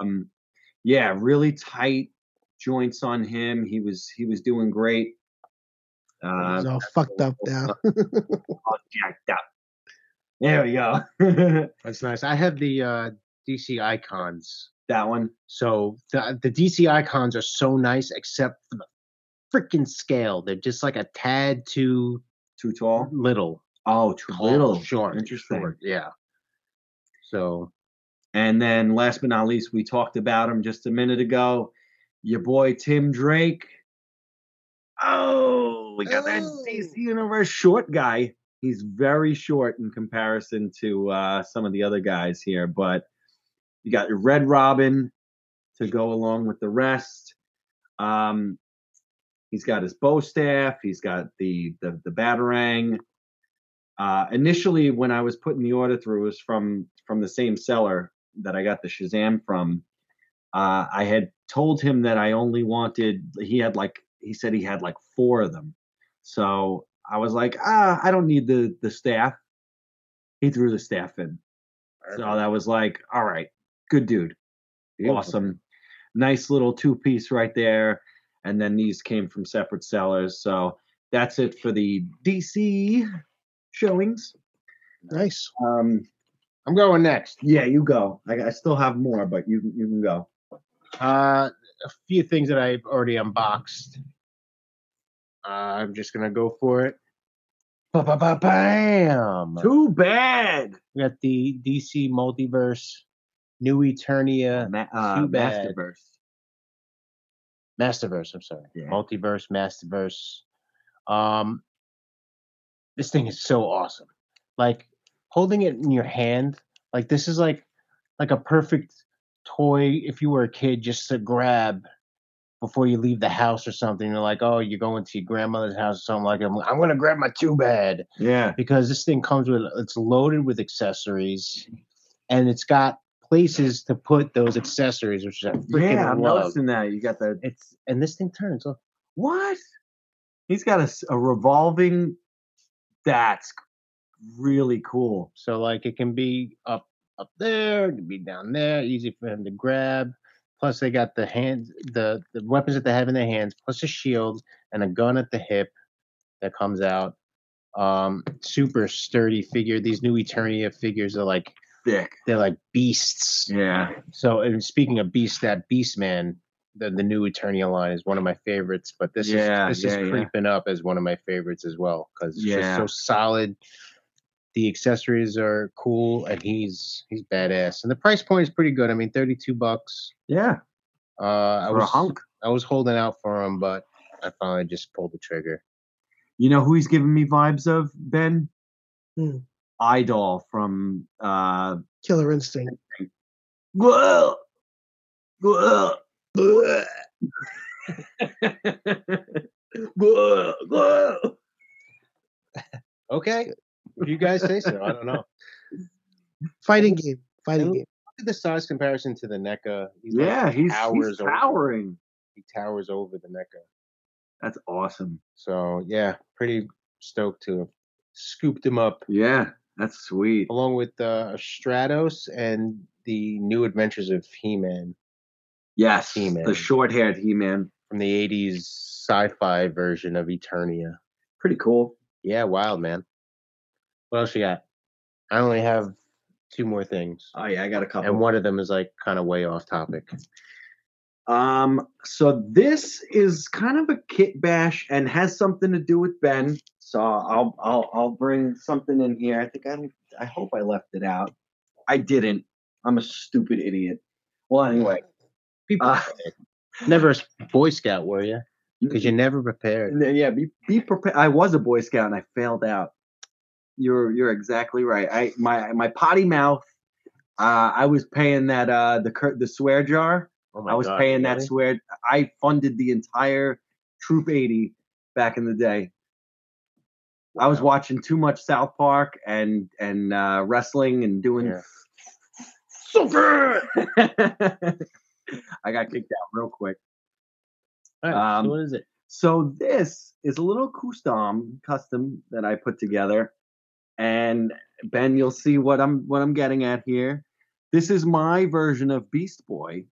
Speaker 2: um, yeah, really tight joints on him. He was he was doing great.
Speaker 3: He's
Speaker 2: Uh,
Speaker 3: all fucked up now.
Speaker 2: all jacked up. There we go.
Speaker 1: That's nice. I have the uh, DC icons.
Speaker 2: that one.
Speaker 1: So the the DC icons are so nice, except for the freaking scale. They're just like a tad too
Speaker 2: Too tall?
Speaker 1: little,
Speaker 2: Oh, too
Speaker 1: tall,
Speaker 2: little.
Speaker 1: short,
Speaker 2: Interesting.
Speaker 1: short, yeah. So
Speaker 2: And then last but not least, we talked about him just a minute ago. Your boy Tim Drake. Oh, we got that
Speaker 1: Oh.
Speaker 2: DC Universe short guy. He's very short in comparison to uh, some of the other guys here, but you got your Red Robin to go along with the rest. Um, he's got his bow staff. He's got the the, the batarang. Uh, initially, when I was putting the order through, it was from from the same seller that I got the Shazam from. Uh, I had told him that I only wanted. He had like he said he had like four of them, so I was like, ah, I don't need the the staff. He threw the staff in, so that was like, all right, good dude,
Speaker 1: Beautiful.
Speaker 2: awesome, nice little two piece right there. And then these came from separate sellers, so that's it for the DC showings.
Speaker 3: Nice.
Speaker 2: Um,
Speaker 1: I'm going next.
Speaker 2: yeah, you go. I, I still have more, but you you can go.
Speaker 1: Uh, a few things that I've already unboxed. Uh, I'm just gonna go for it. Ba ba ba bam.
Speaker 2: Too bad.
Speaker 1: We got the DC Multiverse, New Eternia,
Speaker 2: Ma- uh,
Speaker 1: Too bad.
Speaker 2: Masterverse.
Speaker 1: Masterverse. I'm sorry,
Speaker 2: Yeah.
Speaker 1: Multiverse, Masterverse. Um, this thing is so awesome. Like holding it in your hand, like this is like like a perfect toy if you were a kid just to grab before you leave the house or something. You're like, oh, you're going to your grandmother's house or something like. I'm, I'm gonna grab my two bad.
Speaker 2: Yeah.
Speaker 1: because this thing comes with it's loaded with accessories and it's got places to put those accessories which I freaking
Speaker 2: yeah, I'm
Speaker 1: love.
Speaker 2: noticing that. You got the
Speaker 1: It's and this thing turns. Look.
Speaker 2: what? He's got a, s- a revolving. That's really cool.
Speaker 1: So like it can be up up there, it can be down there, easy for him to grab. Plus they got the hands the, the weapons that they have in their hands, plus a shield and a gun at the hip that comes out. Um super sturdy figure. These new Eternia figures are like
Speaker 2: Thick.
Speaker 1: they're like beasts.
Speaker 2: Yeah.
Speaker 1: So, and speaking of Beast, that Beast Man, the, the new Eternia line is one of my favorites. But this
Speaker 2: Yeah,
Speaker 1: is this
Speaker 2: yeah,
Speaker 1: is
Speaker 2: yeah.
Speaker 1: creeping up as one of my favorites as well because it's
Speaker 2: Yeah.
Speaker 1: just so solid. The accessories are cool, and he's he's badass. And the price point is pretty good. I mean, thirty two bucks.
Speaker 2: Yeah.
Speaker 1: Uh, I
Speaker 2: For a
Speaker 1: was
Speaker 2: hunk.
Speaker 1: I was holding out for him, but I finally just pulled the trigger.
Speaker 2: You know who he's giving me vibes of, Ben?
Speaker 3: Hmm.
Speaker 2: Idol from uh
Speaker 3: Killer instinct.
Speaker 2: Whoa! Whoa! Whoa! Whoa! Whoa!
Speaker 1: Okay, if you guys say so. I don't know. Look
Speaker 3: Fighting game. Fighting
Speaker 1: Ooh.
Speaker 3: game.
Speaker 1: at the size comparison to the NECA. He's like-
Speaker 2: Yeah, he's, he's
Speaker 1: towers over-
Speaker 2: towering.
Speaker 1: he towers over the NECA.
Speaker 2: That's awesome.
Speaker 1: So yeah, pretty stoked to have scooped him up
Speaker 2: Yeah, that's sweet.
Speaker 1: along with uh, Stratos and the New Adventures of He-Man
Speaker 2: Yes,
Speaker 1: He-Man.
Speaker 2: the short-haired He-Man.
Speaker 1: from the '80s sci-fi version of Eternia.
Speaker 2: Pretty cool.
Speaker 1: Yeah, wild man. What else you got? I only have two more things,
Speaker 2: Oh yeah, I got a couple.
Speaker 1: and one of them is like kind of way off topic.
Speaker 2: Um, so this is kind of a kit bash and has something to do with Ben. So I'll I'll I'll bring something in here. I think I don't- I hope I left it out. I didn't. I'm a stupid idiot. Well, anyway,
Speaker 1: People,
Speaker 2: uh,
Speaker 1: never a s- Boy Scout, were you? Because you're never prepared.
Speaker 2: and then, yeah, be be prepared. I was a Boy Scout and I failed out. You're you're exactly right. I my my potty mouth. Uh, I was paying that uh the cur- the swear jar.
Speaker 1: Oh
Speaker 2: I was
Speaker 1: God,
Speaker 2: paying that
Speaker 1: really?
Speaker 2: swear. I funded the entire Troop 80 back in the day. I was watching too much South Park and and uh, wrestling and doing.
Speaker 1: Yeah.
Speaker 2: Super! I got kicked out real quick.
Speaker 1: All right,
Speaker 2: Um,
Speaker 1: so what is it?
Speaker 2: So this is a little custom custom that I put together, and Ben, you'll see what I'm what I'm getting at here. This is my version of Beast Boy.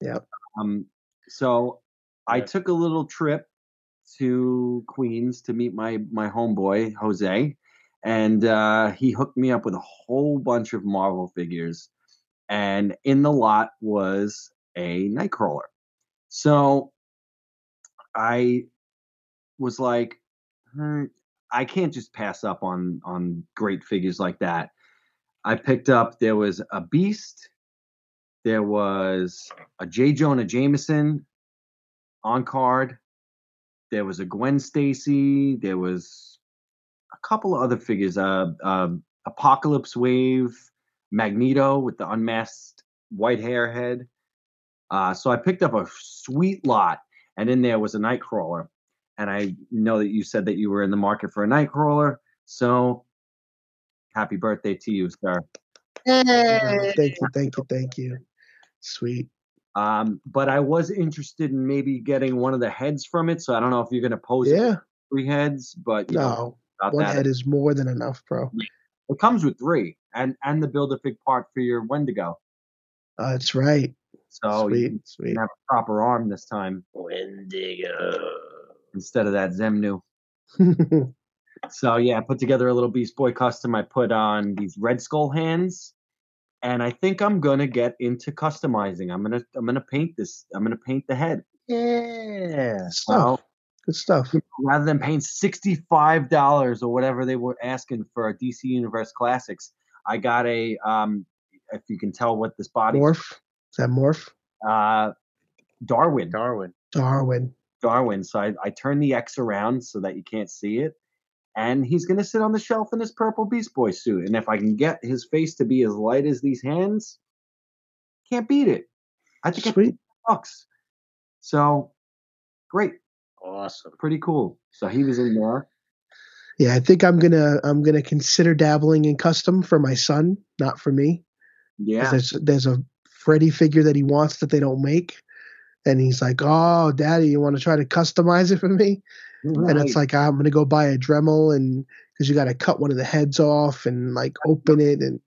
Speaker 3: Yep.
Speaker 2: Um. So I
Speaker 1: Yep.
Speaker 2: took a little trip to Queens to meet my my homeboy Jose, and uh, he hooked me up with a whole bunch of Marvel figures, and in the lot was a Nightcrawler. So I was like, "Hmm, I can't just pass up on on great figures like that. I picked up there was a Beast, there was a J. Jonah Jameson on card, there was a Gwen Stacy, there was a couple of other figures, uh, um Apocalypse Wave, Magneto with the unmasked white hair head. Uh, so I picked up a sweet lot, and in there was a Nightcrawler. And I know that you said that you were in the market for a Nightcrawler, so happy birthday to you, sir.
Speaker 3: Uh, Thank you, thank you, thank you. Sweet.
Speaker 2: Um, but I was interested in maybe getting one of the heads from it, so I don't know if you're going to pose it
Speaker 3: Yeah.
Speaker 2: with three heads, but you know
Speaker 3: No,
Speaker 2: about
Speaker 3: one
Speaker 2: that.
Speaker 3: head is more than enough, bro.
Speaker 2: It comes with three, and and the build a fig part for your Wendigo,
Speaker 3: Uh, that's right.
Speaker 2: so Oh, you
Speaker 3: sweet, sweet.
Speaker 2: can have a proper arm this time
Speaker 1: Wendigo.
Speaker 2: instead of that Zemnu. So yeah, I put together a little Beast Boy custom. I put on these Red Skull hands, and I think I'm gonna get into customizing. I'm gonna I'm gonna paint this. I'm gonna paint the head.
Speaker 1: Yeah.
Speaker 3: Good
Speaker 2: Well,
Speaker 3: stuff. Good stuff.
Speaker 2: rather than paying sixty five dollars or whatever they were asking for a DC Universe Classics, I got a um, if you can tell what this body,
Speaker 3: Morph. Is that Morph?
Speaker 2: uh, Darwin,
Speaker 1: Darwin.
Speaker 3: Darwin.
Speaker 2: Darwin. So I, I turned the X around so that you can't see it. And he's going to sit on the shelf in his purple Beast Boy suit. And if I can get his face to be as light as these hands, can't beat it. I think
Speaker 3: Sweet.
Speaker 2: I bucks. So great,
Speaker 1: Awesome.
Speaker 2: pretty cool. So he was in there.
Speaker 3: Yeah, I think I'm gonna I'm gonna consider dabbling in custom for my son, not for me. 'Cause
Speaker 2: Yeah.
Speaker 3: There's there's a Freddy figure that he wants that they don't make, and he's like, "Oh, Daddy, you want to try to customize it for me?" And it's like, "I'm gonna go buy a Dremel, and because you got to cut one of the heads off and like open it, and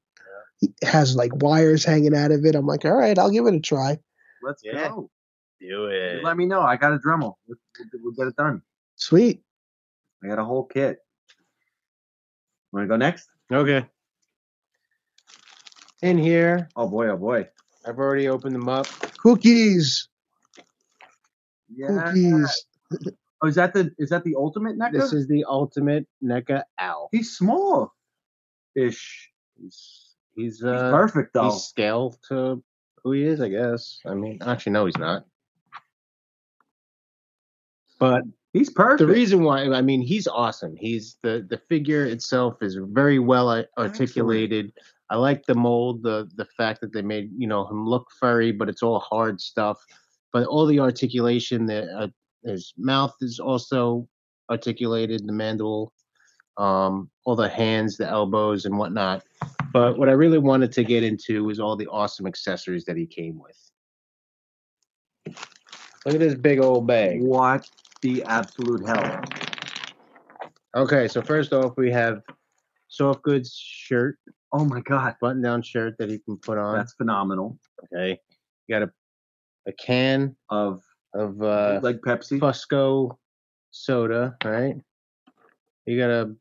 Speaker 3: it has like wires hanging out of it." I'm like, "All right, I'll give it a try."
Speaker 2: let's
Speaker 1: Yeah.
Speaker 2: go.
Speaker 1: Do
Speaker 2: You
Speaker 1: it.
Speaker 2: Let me know. I got a Dremel. We'll, we'll get it done.
Speaker 3: Sweet.
Speaker 2: I got a whole kit. Want to go next?
Speaker 1: Okay. In here,
Speaker 2: Oh boy! Oh boy!
Speaker 1: I've already opened them up.
Speaker 3: Cookies.
Speaker 2: Yeah.
Speaker 3: Cookies.
Speaker 2: Oh, is that the is that the ultimate NECA?
Speaker 1: This is the ultimate NECA owl.
Speaker 2: He's small ish.
Speaker 1: He's he's
Speaker 2: He's
Speaker 1: uh
Speaker 2: perfect though.
Speaker 1: he's scaled to who he is, I guess. I mean, actually, no, he's not. But
Speaker 2: He's, perfect.
Speaker 1: the reason why, I mean, he's awesome. He's the the figure itself is very well a- articulated. I like the mold, the the fact that they made you know him look furry, but it's all hard stuff. But all the articulation, the uh, his mouth is also articulated, the mandible, um, all the hands, the elbows, and whatnot. But what I really wanted to get into is all the awesome accessories that he came with. Look at this big old bag.
Speaker 2: what the absolute hell?
Speaker 1: Okay, so first off, we have soft goods shirt,
Speaker 2: Oh my god,
Speaker 1: button down shirt that he can put on.
Speaker 2: that's phenomenal.
Speaker 1: okay. You got a a can
Speaker 2: Of
Speaker 1: of uh,
Speaker 2: like Pepsi,
Speaker 1: Fusco soda, right? You got a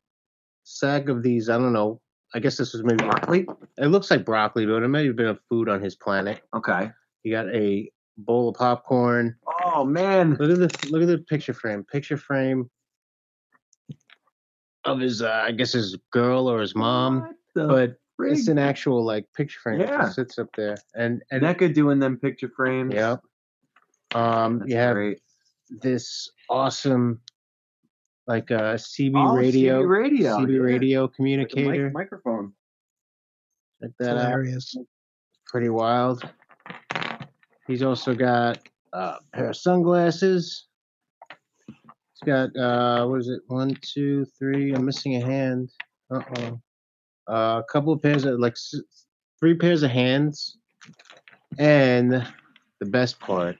Speaker 1: sack of these. I don't know. I guess this was maybe
Speaker 2: broccoli.
Speaker 1: it looks like broccoli, but it may have been a food on his planet.
Speaker 2: Okay.
Speaker 1: You got a bowl of popcorn.
Speaker 2: Oh man,
Speaker 1: Look at the look at the picture frame. Picture frame of his, uh, I guess his girl or his mom.
Speaker 2: What the
Speaker 1: But
Speaker 2: frig?
Speaker 1: It's an actual like picture frame that
Speaker 2: Yeah.
Speaker 1: just sits up there, and and
Speaker 2: NECA doing them picture frames.
Speaker 1: yep. Um,
Speaker 2: That's
Speaker 1: you have
Speaker 2: great.
Speaker 1: this awesome like uh, CB
Speaker 2: Oh, CB
Speaker 1: radio,
Speaker 2: radio,
Speaker 1: CB
Speaker 2: yeah.
Speaker 1: radio
Speaker 4: With the mic-
Speaker 1: communicator.
Speaker 4: microphone.
Speaker 1: Check that
Speaker 2: uh,
Speaker 1: out,
Speaker 3: Hilarious.
Speaker 1: pretty wild. He's also got uh, a pair of sunglasses. He's got uh, what is it? One, two, three. I'm missing a hand. Uh oh. Uh, a couple of pairs of like s- three pairs of hands, and the best part,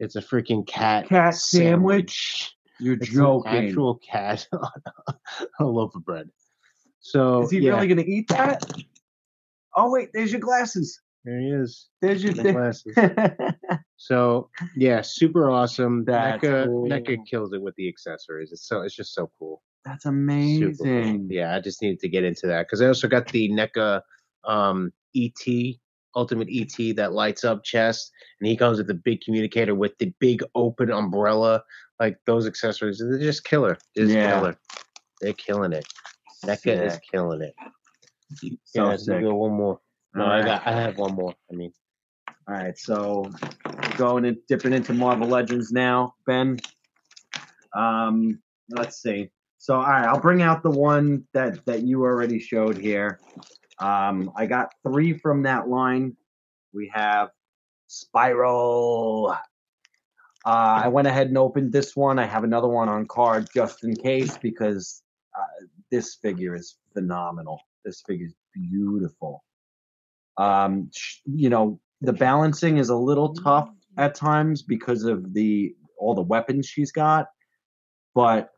Speaker 1: it's a freaking cat.
Speaker 2: Cat sandwich. You're
Speaker 1: It's an
Speaker 2: joking.
Speaker 1: actual cat on a, a loaf of bread. So
Speaker 2: Is he
Speaker 1: yeah,
Speaker 2: really gonna eat that? Oh wait, there's your glasses.
Speaker 1: there he is.
Speaker 2: There's your.
Speaker 1: with the glasses. So yeah, super awesome.
Speaker 2: That's
Speaker 1: NECA
Speaker 2: cool.
Speaker 1: NECA kills it with the accessories. It's so it's just so cool.
Speaker 2: That's
Speaker 1: Super cool.
Speaker 2: amazing.
Speaker 1: Yeah, I just needed to get into that because I also got the NECA um, ET Ultimate ET that lights up chest, and he comes with the big communicator with the big open umbrella. Like those accessories, they're just killer. Just
Speaker 2: Yeah.
Speaker 1: killer. They're killing it. That guy is killing it.
Speaker 2: So
Speaker 1: yeah,
Speaker 2: sick.
Speaker 1: we go one more. No,
Speaker 2: All
Speaker 1: I
Speaker 2: right.
Speaker 1: got. I have one more. I mean,
Speaker 2: All right, so going and dipping into Marvel Legends now, Ben. Um, let's see. So all right, I'll bring out the one that that you already showed here. Um, I got three from that line. We have Spiral. Uh, I went ahead and opened this one. I have another one on card just in case because uh, this figure is phenomenal. This figure is beautiful. Um, sh- you know, the balancing is a little tough at times because of the all the weapons she's got but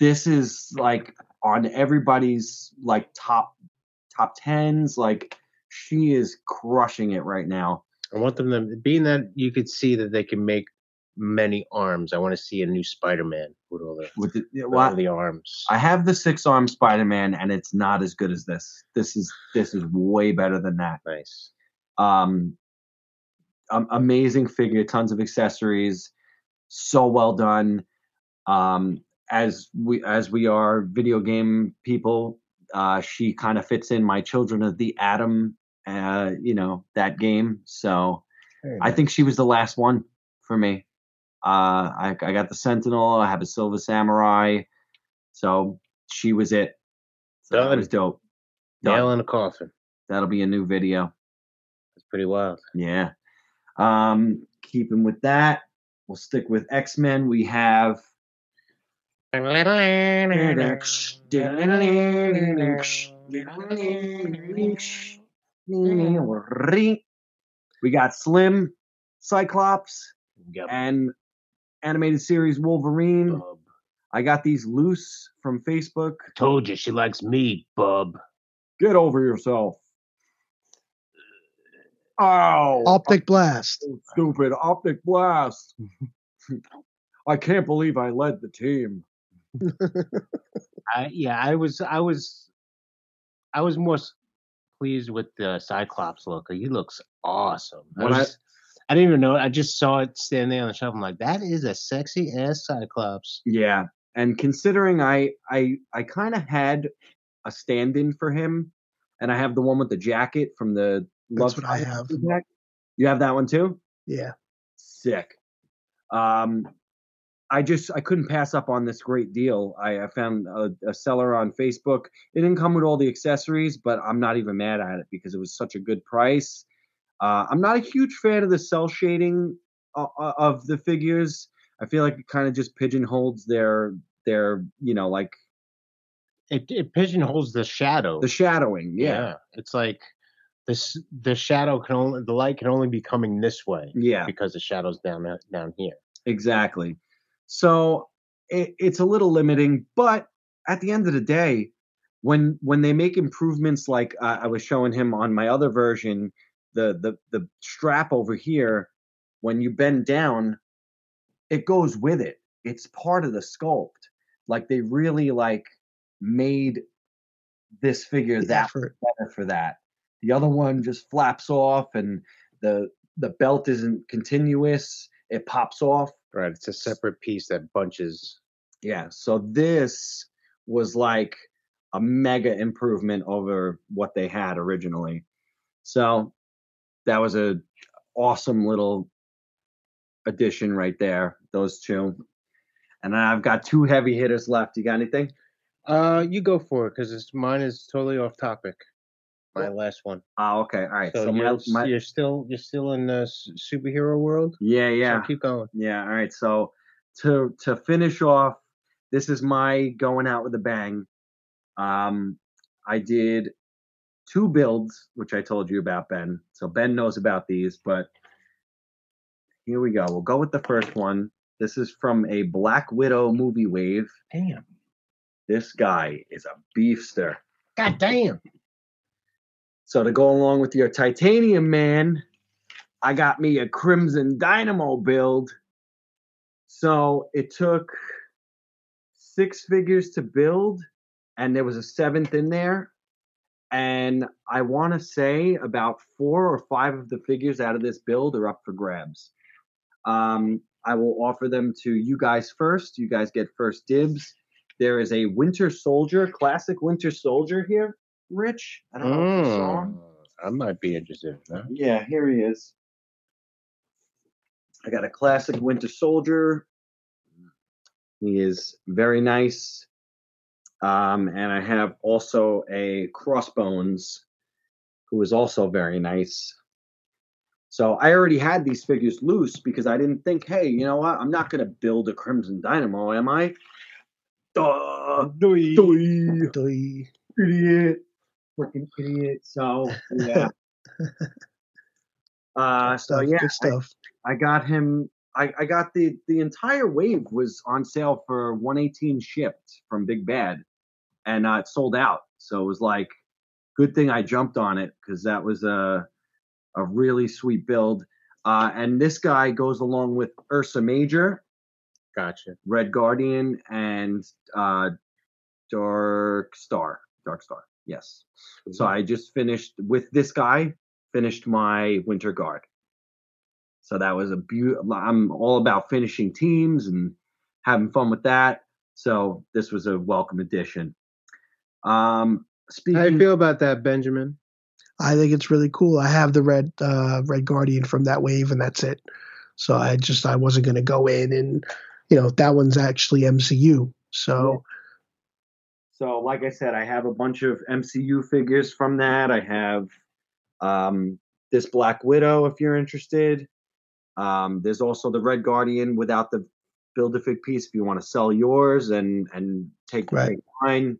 Speaker 2: this is like on everybody's like top top tens like she is crushing it right now
Speaker 1: I want them to being that you could see that they can make many arms. I want to see a new Spider-Man with all the,
Speaker 2: with the,
Speaker 1: with all
Speaker 2: well,
Speaker 1: the arms.
Speaker 2: i have the six arm spider-man and it's not as good as this this is this is way better than that
Speaker 1: nice.
Speaker 2: um, um amazing figure tons of accessories so well done um as we as we are video game people uh she kind of fits in my children of the atom uh you know that game so i think she was the last one for me uh i, I got the sentinel i have a silver samurai so she was it so that
Speaker 1: Done.
Speaker 2: was dope Done.
Speaker 1: nail in a coffin.
Speaker 2: that'll be a new video
Speaker 1: That's pretty wild.
Speaker 2: yeah. Um, keeping with that, we'll stick with X Men. We have. We got Slim, Cyclops, and animated series Wolverine.
Speaker 1: Bub.
Speaker 2: I got these loose from Facebook.
Speaker 1: Told you she likes me, bub.
Speaker 2: Get over yourself. Oh,
Speaker 3: Optic blast.
Speaker 2: stupid optic blast. I can't believe I led the team.
Speaker 1: I, yeah, I was, I was, I was more s- pleased with the Cyclops look. He looks awesome. I,
Speaker 2: When I-
Speaker 1: was- I didn't even know it. I just saw it standing there on the shelf. I'm like, that is a sexy ass Cyclops.
Speaker 2: Yeah, and considering I I I kind of had a stand-in for him, and I have the one with the jacket from the
Speaker 3: That's what I have.
Speaker 2: Project. You have that one too.
Speaker 3: Yeah.
Speaker 2: Sick. Um, I just I couldn't pass up on this great deal. I, I found a, a seller on Facebook. It didn't come with all the accessories, but I'm not even mad at it because it was such a good price. Uh, I'm not a huge fan of the cell shading o- o- of the figures. I feel like it kind of just pigeonholes their their you know like
Speaker 1: It, it pigeonholes the shadow.
Speaker 2: the shadowing. Yeah,
Speaker 1: it's like this. The shadow can only the light can only be coming this way
Speaker 2: yeah,
Speaker 1: because the shadow's down down here.
Speaker 2: exactly. So it, it's a little limiting, but at the end of the day, when when they make improvements like uh, I was showing him on my other version, the the the strap over here, when you bend down, it goes with it. It's part of the sculpt. Like they really like made this figure
Speaker 3: The
Speaker 2: that
Speaker 3: effort.
Speaker 2: better for that. The other one just flaps off, and the the belt isn't continuous; it pops off.
Speaker 1: Right, it's a separate piece that bunches.
Speaker 2: Yeah. So this was like a mega improvement over what they had originally. So that was a awesome little addition right there. Those two. And I've got two heavy hitters left. You got anything?
Speaker 1: Uh, you go for it because it's mine is totally off topic. My last one.
Speaker 2: Oh, okay. All right.
Speaker 1: So,
Speaker 2: So,
Speaker 1: you're,
Speaker 2: my,
Speaker 1: s-
Speaker 2: my
Speaker 1: you're still you're still in the s- superhero world.
Speaker 2: yeah,
Speaker 1: So
Speaker 2: yeah.
Speaker 1: keep going.
Speaker 2: Yeah. All right. So to to finish off, this is my going out with a bang. Um, I did two builds, which I told you about, Ben. So Ben knows about these, but here we go. We'll go with the first one. This is from a Black Widow movie wave.
Speaker 1: Damn.
Speaker 2: This guy is a beefster.
Speaker 1: God damn.
Speaker 2: So to go along with your titanium man, I got me a crimson dynamo build. So it took six figures to build, and there was a seventh in there. And I want to say about four or five of the figures out of this build are up for grabs. Um, I will offer them to you guys first. You guys get first dibs. There is a Winter Soldier, classic Winter Soldier here, Rich. I don't know if you saw him.
Speaker 1: Mm, I might be interested in that.
Speaker 4: Yeah, here he is.
Speaker 2: I got a classic Winter Soldier. He is very nice. Um, and I have also a Crossbones, who is also very nice. So I already had these figures loose because I didn't think, hey, you know what? I'm not going to build a Crimson Dynamo, am I? Duh. Duh.
Speaker 3: Doy.
Speaker 2: Idiot. Freaking idiot. So, yeah. uh,
Speaker 3: Good
Speaker 2: so,
Speaker 3: stuff,
Speaker 2: yeah.
Speaker 3: good stuff.
Speaker 2: I got him. I, I got the the entire wave was on sale for 118 shipped from Big Bad, and uh, it sold out. So it was like, good thing I jumped on it because that was a a really sweet build. Uh, and this guy goes along with Ursa Major,
Speaker 1: Gotcha.
Speaker 2: Red Guardian, and uh, Dark Star. Dark Star. Yes. So I just finished with this guy. Finished my Winter Guard. So that was a beautiful. I'm all about finishing teams and having fun with that. So this was a welcome addition. Um, speaking.
Speaker 1: How you feel about that, Benjamin?
Speaker 3: I think it's really cool. I have the red uh, red guardian from that wave, and that's it. So I just I wasn't going to go in and you know that one's actually MCU. So
Speaker 2: So, like I said, I have a bunch of MCU figures from that. I have um, this Black Widow, if you're interested. Um, there's also the Red Guardian without the build a fig piece. If you want to sell yours and and take
Speaker 3: Right.
Speaker 2: take mine,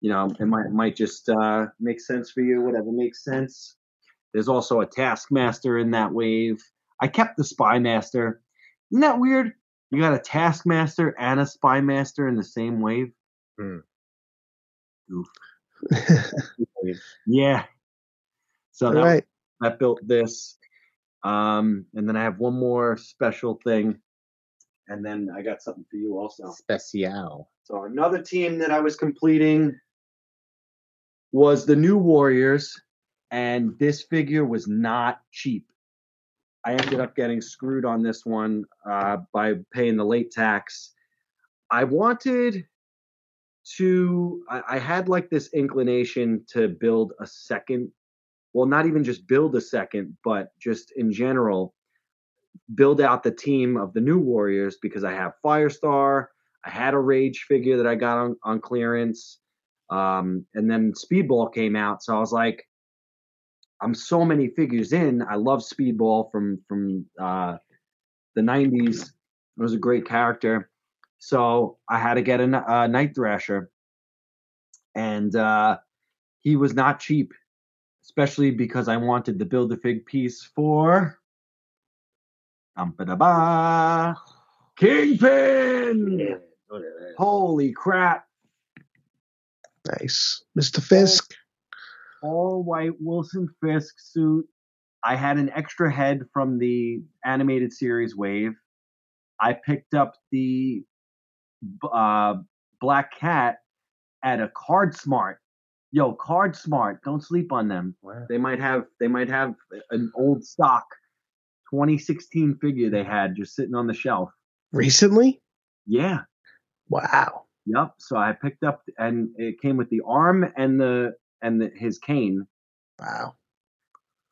Speaker 2: you know, it might might just uh, make sense for you. Whatever makes sense. There's also a Taskmaster in that wave. I kept the Spy Master. Isn't that weird? You got a Taskmaster and a Spy Master in the same wave. Yeah. So
Speaker 1: Oh,
Speaker 3: all
Speaker 2: that,
Speaker 3: right,
Speaker 2: that built this. Um, and then I have one more special thing. And then I got something for you also.
Speaker 1: Special.
Speaker 2: So another team that I was completing was the New Warriors, and this figure was not cheap. I ended up getting screwed on this one uh, by paying the late tax. I wanted to, I, I had like this inclination to build a second, well, not even just build a second, but just in general, build out the team of the New Warriors because I have Firestar, I had a rage figure that I got on, on clearance. Um, and then Speedball came out. So I was like, I'm so many figures in. I love Speedball from from uh, the 90s. It was a great character. So I had to get a, N- a Night Thrasher. And uh, he was not cheap, especially because I wanted to build a fig piece for. Um, ba-da-ba, Kingpin! Holy crap.
Speaker 3: nice, Mr. Fisk.
Speaker 2: All white Wilson Fisk suit. I had an extra head from the animated series Wave. I picked up the uh, Black Cat at a Card Smart. Yo, Card Smart, don't sleep on them.
Speaker 1: Wow.
Speaker 2: They might have they might have an old stock 2016 figure they had just sitting on the shelf.
Speaker 3: Recently,
Speaker 2: Yeah.
Speaker 3: wow,
Speaker 2: Yep. So I picked up and it came with the arm and the and the, his cane.
Speaker 3: wow,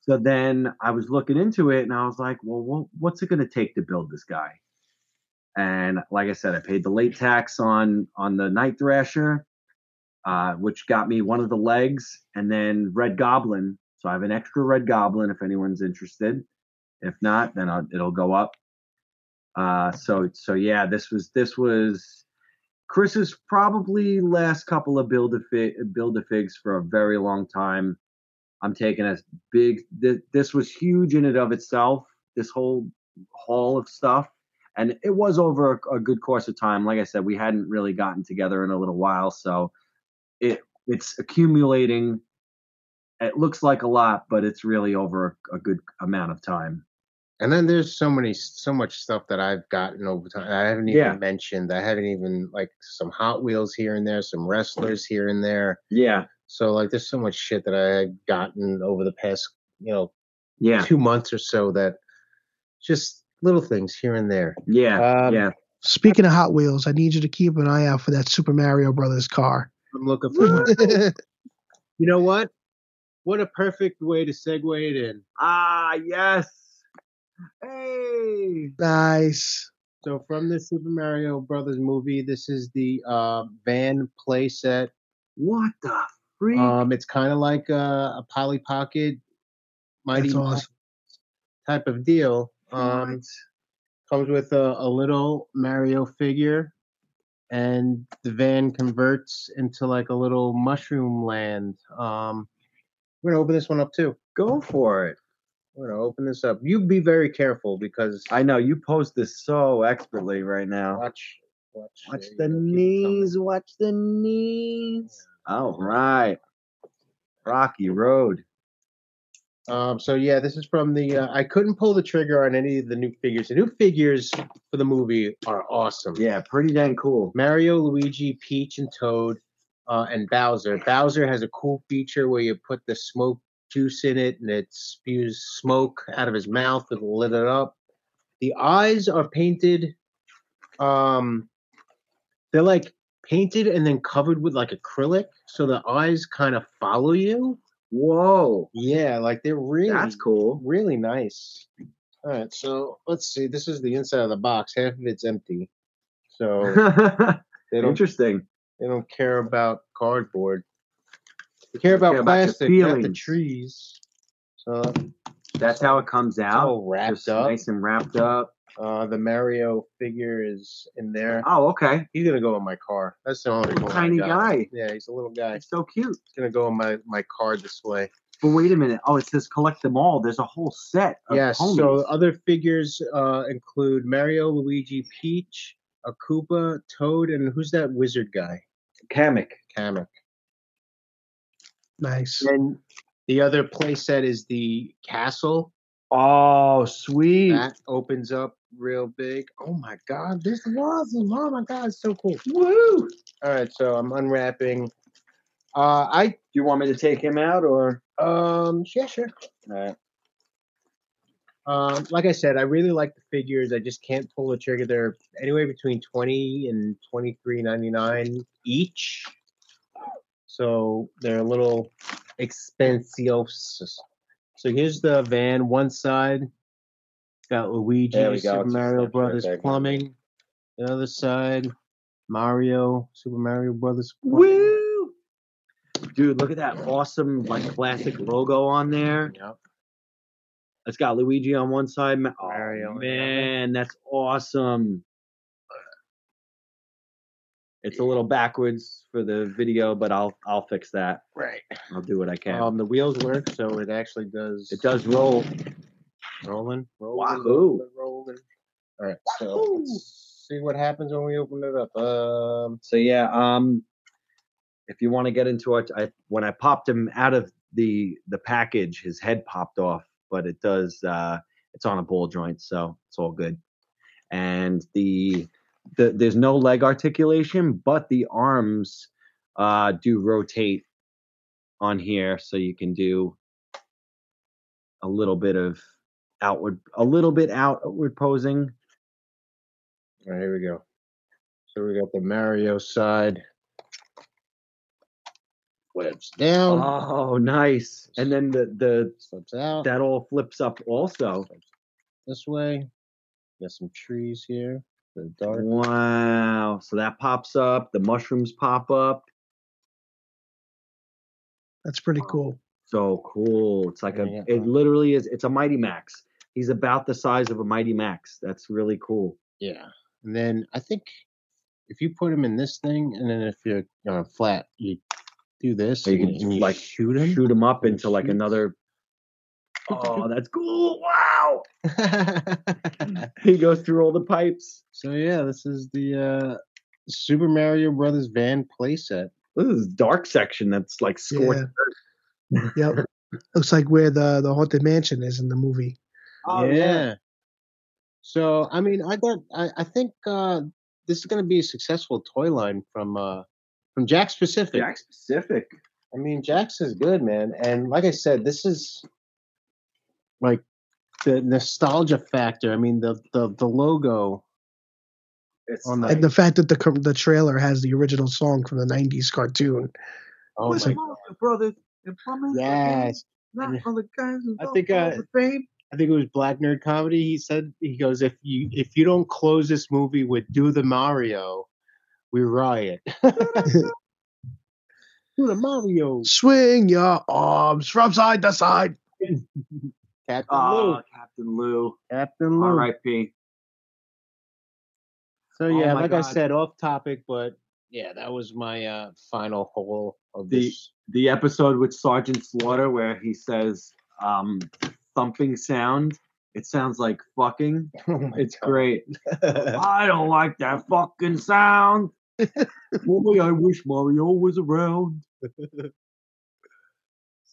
Speaker 2: So then I was looking into it and I was like, well, what, what's it going to take to build this guy? And like I said, I paid the late tax on on the Night Thrasher, uh, which got me one of the legs, and then Red Goblin. So I have an extra Red Goblin if anyone's interested. If not, then I'll, it'll go up. Uh, so so yeah, this was this was Chris's probably last couple of build a fi- build a figs for a very long time. I'm taking a big th- this was huge in and of itself this whole haul of stuff and it was over a, a good course of time like i said we hadn't really gotten together in a little while so it it's accumulating it looks like a lot but it's really over a, a good amount of time
Speaker 1: And then there's so many, so much stuff that I've gotten over time. that I haven't even
Speaker 2: Yeah.
Speaker 1: mentioned. I haven't even like some Hot Wheels here and there, some wrestlers here and there.
Speaker 2: yeah
Speaker 1: So like, there's so much shit that I had gotten over the past, you know,
Speaker 2: Yeah.
Speaker 1: two months or so that just little things here and there.
Speaker 2: Yeah.
Speaker 1: Um,
Speaker 2: yeah.
Speaker 3: Speaking of Hot Wheels, I need you to keep an eye out for that Super Mario Brothers car.
Speaker 1: I'm looking for. one.
Speaker 3: That's
Speaker 1: You know what? What a perfect way to segue it in.
Speaker 2: Ah, yes. Hey.
Speaker 3: nice.
Speaker 1: So from the Super Mario Brothers movie, this is the uh, van playset.
Speaker 2: What the freak?
Speaker 1: Um, it's kind of like a, a Polly Pocket, Mighty
Speaker 3: That's awesome.
Speaker 1: type of deal. Um, comes with a, a little Mario figure, and the van converts into like a little mushroom land. Um, we're gonna open this one up too.
Speaker 2: Go for it.
Speaker 1: We're gonna open this up. You be very careful because
Speaker 2: I know you post this so expertly right now.
Speaker 1: watch, watch,
Speaker 2: Watch
Speaker 1: there
Speaker 2: the
Speaker 1: you go, keep coming.
Speaker 2: knees. Watch the knees. All right. Rocky Road.
Speaker 1: Um, so yeah, this is from the. Uh, I couldn't pull the trigger on any of the new figures. The new figures for the movie are awesome.
Speaker 2: Yeah, pretty dang cool.
Speaker 1: Mario, Luigi, Peach, and Toad, uh, and Bowser. Bowser has a cool feature where you put the smoke juice in it, and it spews smoke out of his mouth and lit it up. The eyes are painted. Um, they're like painted and then covered with like acrylic, so the eyes kind of follow you.
Speaker 2: Whoa.
Speaker 1: Yeah, like they're really
Speaker 2: That's cool.
Speaker 1: really nice. All right, so let's see. This is the inside of the box. Half of it's empty, so they don't
Speaker 2: Interesting.
Speaker 1: they don't care about cardboard. They care about
Speaker 2: care about your
Speaker 1: plastic, not the
Speaker 2: feelings.
Speaker 1: trees. So it's
Speaker 2: That's how it comes out.
Speaker 1: all wrapped
Speaker 2: Just
Speaker 1: up.
Speaker 2: nice and wrapped up.
Speaker 1: Uh, the Mario figure is in there.
Speaker 2: Oh, okay.
Speaker 1: He's gonna go in my car. That's the only one I
Speaker 2: Tiny
Speaker 1: got.
Speaker 2: guy.
Speaker 1: Yeah, he's a little guy. He's
Speaker 2: That's so cute.
Speaker 1: gonna go in my my car display.
Speaker 2: But wait a minute. Oh, it says collect them all. There's a whole set. Of
Speaker 1: Yes. So
Speaker 2: ponies.
Speaker 1: other figures uh, include Mario, Luigi, Peach, a Koopa, Toad, and who's that wizard guy?
Speaker 2: Kamek.
Speaker 1: Kamek.
Speaker 3: Nice.
Speaker 1: And the other playset is the castle.
Speaker 2: Oh, sweet.
Speaker 1: That opens up real big. Oh my god, this was oh my god, it's so cool.
Speaker 2: Woo! Do
Speaker 1: All right, so I'm unwrapping. Uh I
Speaker 2: you want me to take him out or? uh,
Speaker 1: um yeah, sure.
Speaker 2: Alright.
Speaker 1: Um, like I said, I really like the figures. I just can't pull the trigger. They're anywhere between twenty and twenty three ninety nine each. So they're a little expensive. So here's the van. One side it's got Luigi,
Speaker 2: There we go.
Speaker 1: Super
Speaker 2: It's a
Speaker 1: Mario
Speaker 2: snapshot
Speaker 1: Brothers
Speaker 2: back there.
Speaker 1: plumbing. The other side, Mario, Super Mario Brothers. plumbing.
Speaker 2: Woo! Dude, look at that awesome like classic logo on there.
Speaker 1: Yep.
Speaker 2: It's got Luigi on one side. Ma- Oh,
Speaker 1: Mario on the other.
Speaker 2: man, that's awesome. It's a little backwards for the video, but I'll I'll fix that.
Speaker 1: Right.
Speaker 2: I'll do what I can.
Speaker 1: Um, the wheels work, so it actually does.
Speaker 2: it does roll.
Speaker 1: Rolling. rolling
Speaker 2: Wahoo.
Speaker 1: rolling, Rolling. All right. So let's see what happens when we open it up. Um,
Speaker 2: So yeah, um, if you want to get into it, I when I popped him out of the the package, his head popped off, but it does. Uh, it's on a ball joint, so it's all good. And the, the there's no leg articulation, but the arms uh, do rotate on here, so you can do a little bit of outward, a little bit outward posing.
Speaker 1: all right. Here we go. So we got the Mario side. Flips down.
Speaker 2: Oh, nice! And then the the
Speaker 1: Slips out.
Speaker 2: that all flips up also.
Speaker 1: This way. Got some trees here. The dark.
Speaker 2: Wow. So that pops up, the mushrooms pop up.
Speaker 3: That's pretty cool.
Speaker 2: So cool. It's like a
Speaker 1: Yeah, yeah.
Speaker 2: it literally is it's a Mighty Max. He's about the size of a Mighty Max. That's really cool.
Speaker 1: Yeah. And then I think if you put him in this thing, and then if you're on a flat, you do this.
Speaker 2: Or you
Speaker 1: and-
Speaker 2: can
Speaker 1: and
Speaker 2: like
Speaker 1: shoot
Speaker 2: Shoot him up
Speaker 1: And
Speaker 2: into like
Speaker 1: shoots.
Speaker 2: another Oh, that's cool. Wow.
Speaker 1: him.
Speaker 2: He goes through all the pipes.
Speaker 1: So yeah, this is the uh Super Mario Brothers van playset.
Speaker 2: This is dark section that's like scorched.
Speaker 3: Yep. Looks like where the, the Haunted Mansion is in the movie.
Speaker 2: Oh,
Speaker 1: So I mean, I got I, I think uh this is going to be a successful toy line from uh from Jack Specific.
Speaker 2: Jack specific.
Speaker 1: I mean, Jax is good, man. And like I said, this is like the nostalgia factor. I mean, the the, the logo
Speaker 2: It's
Speaker 1: on the,
Speaker 3: And the fact that the com- the trailer has the original song from the '90s cartoon.
Speaker 1: oh
Speaker 3: was
Speaker 1: my
Speaker 3: it-
Speaker 1: God.
Speaker 2: brothers and plumbers.
Speaker 1: yes.
Speaker 2: Not on the guys who
Speaker 1: I
Speaker 2: go
Speaker 1: think,
Speaker 2: for
Speaker 1: uh,
Speaker 2: the fame.
Speaker 1: I think it was Black Nerd Comedy. He said he goes if you if you don't close this movie with "Do the Mario, we riot." Do the Mario,
Speaker 3: Swing your arms from side to side.
Speaker 1: Captain Lou,
Speaker 2: Ah, Captain Lou.
Speaker 1: Captain Lou.
Speaker 2: R.I.P.
Speaker 1: So
Speaker 2: Oh
Speaker 1: yeah,
Speaker 2: my
Speaker 1: like I
Speaker 2: God.
Speaker 1: said, off topic, but yeah, that was my uh, final hole of
Speaker 2: The-
Speaker 1: this.
Speaker 2: The episode with Sergeant Slaughter where he says um, thumping sound. It sounds like fucking.
Speaker 1: Oh my
Speaker 2: It's
Speaker 1: God.
Speaker 2: great. I don't like that fucking sound. Boy, I wish Mario was around.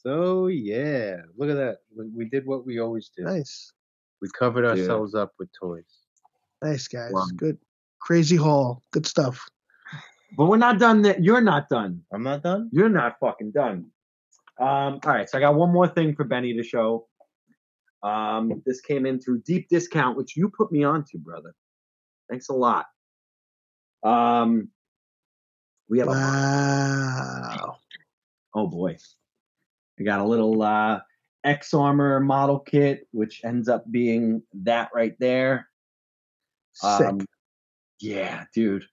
Speaker 1: so yeah, look at that. We, we did what we always do.
Speaker 3: Nice,
Speaker 1: We covered
Speaker 2: Yeah.
Speaker 1: ourselves up with toys.
Speaker 3: nice guys.
Speaker 2: Wow.
Speaker 3: Good, crazy haul. Good stuff.
Speaker 2: But we're not done. That you're not done.
Speaker 1: I'm not done.
Speaker 2: You're not fucking done. Um, all right, so I got one more thing for Benny to show. Um, this came in through Deep Discount, which you put me onto, brother. Thanks a lot. Um, we have a
Speaker 3: Wow.
Speaker 2: oh boy, I got a little uh, X Armor model kit, which ends up being that right there.
Speaker 3: Sick.
Speaker 1: Um,
Speaker 2: Um, yeah, dude.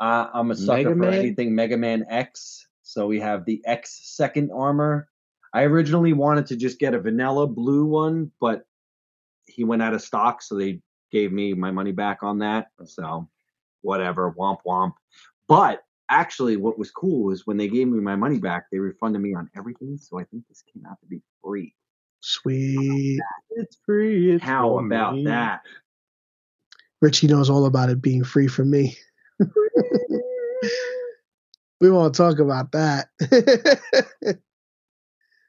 Speaker 2: Uh, I'm a sucker
Speaker 1: Mega
Speaker 2: for
Speaker 1: Man?
Speaker 2: anything Mega Man X. So we have the X second armor. I originally wanted to just get a vanilla blue one, but he went out of stock, so they gave me my money back on that. So whatever, womp womp. But actually, what was cool was when they gave me my money back, they refunded me on everything. So I think this came out to be free.
Speaker 3: Sweet.
Speaker 1: It's free. It's
Speaker 2: How
Speaker 1: for
Speaker 2: about
Speaker 1: me.
Speaker 2: that?
Speaker 3: Richie knows all about it being free for me. we won't talk about that.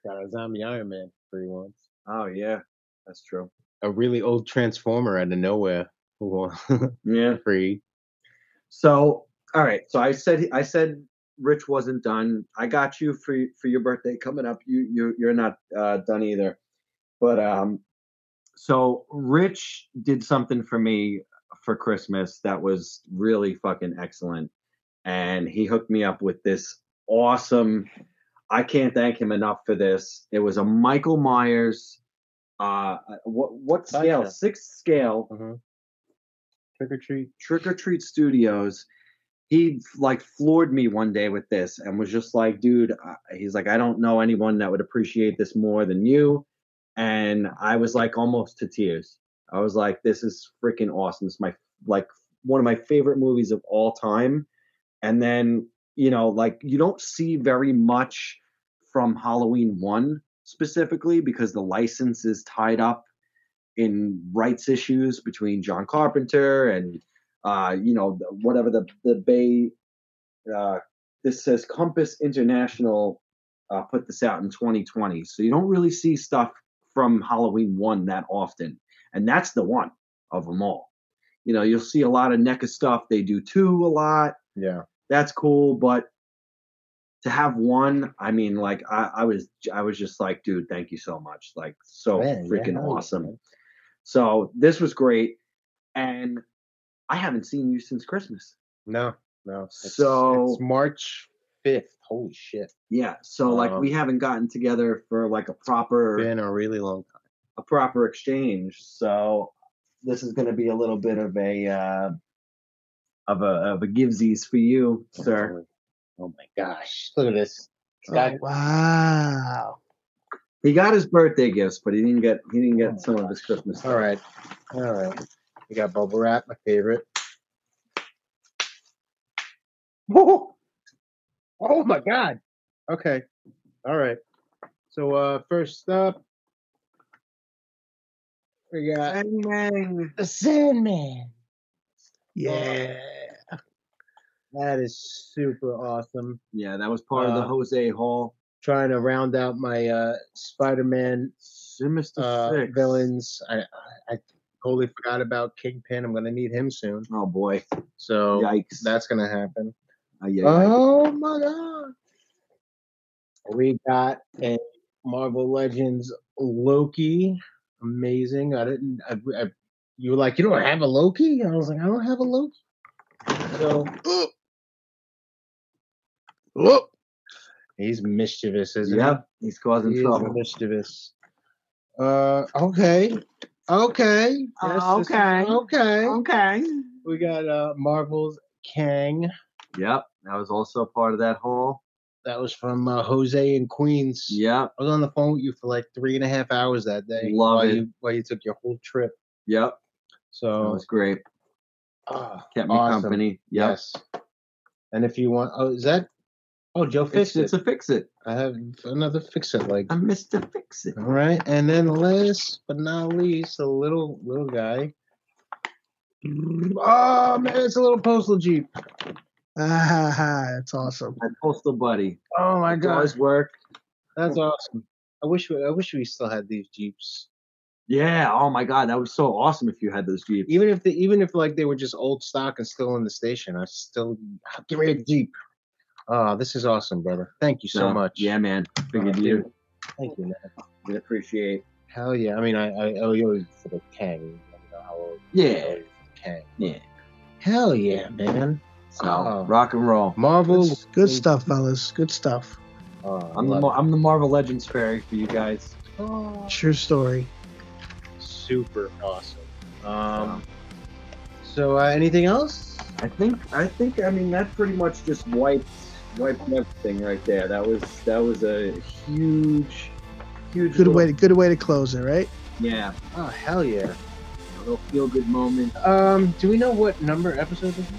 Speaker 1: Got a zombie Iron Man free once.
Speaker 2: Oh yeah, that's true.
Speaker 1: A really old Transformer out of nowhere who won
Speaker 2: Yeah.
Speaker 1: free.
Speaker 2: So, all right. So I said I said Rich wasn't done. I got you for for your birthday coming up. You you you're not uh, done either. But um, so Rich did something for me for Christmas that was really fucking excellent, and he hooked me up with this awesome. I can't thank him enough for this. It was a Michael Myers. Uh, what what scale?
Speaker 1: Gotcha.
Speaker 2: Sixth scale
Speaker 1: Trick or treat.
Speaker 2: Trick or Treat Studios. He like floored me one day with this and was just like, dude, I- he's like, I don't know anyone that would appreciate this more than you. And I was like almost to tears. I was like, this is freaking awesome. It's my like one of my favorite movies of all time. And then, you know, like you don't see very much from Halloween 1 specifically because the license is tied up in rights issues between John Carpenter and uh, you know, the- whatever the the Bay. Uh, this says Compass International uh, put this out in 2020, so you don't really see stuff from Halloween one that often, and that's the one of them all. You know, you'll see a lot of NECA stuff. They do two a lot.
Speaker 1: Yeah.
Speaker 2: That's cool, but to have one, I mean, like I, I was, I was just like, dude, thank you so much. Like, so
Speaker 1: Man, yeah,
Speaker 2: freaking
Speaker 1: hell yeah,
Speaker 2: awesome.
Speaker 1: man.
Speaker 2: So this was great, and I haven't seen you since Christmas.
Speaker 1: No, no. It's,
Speaker 2: So-
Speaker 1: it's March fifth. Holy shit.
Speaker 2: Yeah, so like we
Speaker 1: Um,
Speaker 2: haven't gotten together for like a proper
Speaker 1: Been a really long time.
Speaker 2: a proper exchange. So this is going to be a little bit of a uh, of a of a givesies for you, sir.
Speaker 1: Oh my gosh. Look at this.
Speaker 3: Oh, wow.
Speaker 2: He got his birthday gifts, but he didn't get he didn't
Speaker 1: Oh
Speaker 2: get some of his Christmas.
Speaker 1: All right. All right. We got bubble wrap, my favorite. Oh, oh my god. Okay. All right. So uh first up we got the Sandman.
Speaker 3: Yeah.
Speaker 1: That is super awesome.
Speaker 2: Yeah, that was part of the
Speaker 1: Uh,
Speaker 2: Jose Hall
Speaker 1: Trying to round out my uh Spider-Man
Speaker 2: Sinister
Speaker 1: uh,
Speaker 2: Six
Speaker 1: villains. I, I I totally forgot about Kingpin. I'm gonna need him soon.
Speaker 2: Oh boy!
Speaker 1: So
Speaker 2: Yikes! Oh,
Speaker 1: Oh, that's gonna happen.
Speaker 2: Ay, ay, ay.
Speaker 1: Oh my god. We got a Marvel Legends Loki. Amazing. I didn't. I, I, you were like, you don't have a Loki? I was like, I don't have a Loki. So,
Speaker 3: Whoop.
Speaker 1: he's mischievous, isn't he?
Speaker 2: Yep, he's causing
Speaker 1: He's
Speaker 2: trouble.
Speaker 1: mischievous. Uh, okay. Okay.
Speaker 5: Uh,
Speaker 1: Yes, this is-
Speaker 5: okay.
Speaker 1: okay.
Speaker 5: Okay.
Speaker 1: We got uh, Marvel's Kang.
Speaker 2: Yep, that was also part of that haul.
Speaker 1: That was from uh, Jose in Queens.
Speaker 2: Yep,
Speaker 1: I was on the phone with you for like three and a half hours that day.
Speaker 2: Love
Speaker 1: while
Speaker 2: it.
Speaker 1: You, while you took your whole trip.
Speaker 2: yep, that
Speaker 1: So,
Speaker 2: was great.
Speaker 1: ah,
Speaker 2: Kept me
Speaker 1: Oh, awesome.
Speaker 2: company. Yep.
Speaker 1: yes. And if you want, oh, is that? Oh, Joe
Speaker 2: It's,
Speaker 1: fixed
Speaker 2: it's
Speaker 1: it.
Speaker 2: a fix it.
Speaker 1: I have another fix it like.
Speaker 2: I'm Mr. Fix It.
Speaker 1: All right, and then last but not least, a little little guy. Oh man, it's a little postal jeep.
Speaker 3: Ah, ha, ha. That's awesome.
Speaker 2: My postal buddy.
Speaker 1: Oh my
Speaker 2: It
Speaker 1: gosh,
Speaker 2: does work.
Speaker 1: that's awesome. I wish we, I wish we still had these jeeps.
Speaker 2: Yeah. Oh my God, that was so awesome. If you had those jeeps.
Speaker 1: Even if they, even if like they were just old stock and still in the station, I still give me a jeep. Oh, this is awesome, brother. Thank you so, much.
Speaker 2: Yeah, man. Figured
Speaker 1: Oh,
Speaker 2: you.
Speaker 1: dude. thank you, man.
Speaker 2: We appreciate.
Speaker 1: Hell yeah. I mean, I I owe you for the Kang. I don't know how old I owe
Speaker 2: Yeah.
Speaker 1: you for the Kang.
Speaker 2: Yeah.
Speaker 1: Hell yeah, man.
Speaker 2: So
Speaker 1: Oh.
Speaker 2: rock and roll.
Speaker 1: Marvel.
Speaker 3: Good, good stuff, fellas. Good stuff.
Speaker 1: Oh,
Speaker 2: I'm the,
Speaker 1: love
Speaker 2: Mar- I'm the Marvel Legends fairy for you guys.
Speaker 3: True story.
Speaker 1: it. super awesome. Um, so uh, anything else?
Speaker 2: I think I think I mean that pretty much just wiped wiped everything right there. That was that was a huge huge
Speaker 3: Good
Speaker 2: little-
Speaker 3: way. To, good way to close it, right?
Speaker 2: Yeah,
Speaker 1: Oh hell yeah.
Speaker 2: a little feel good moment.
Speaker 1: Um, do we know what number episode this is?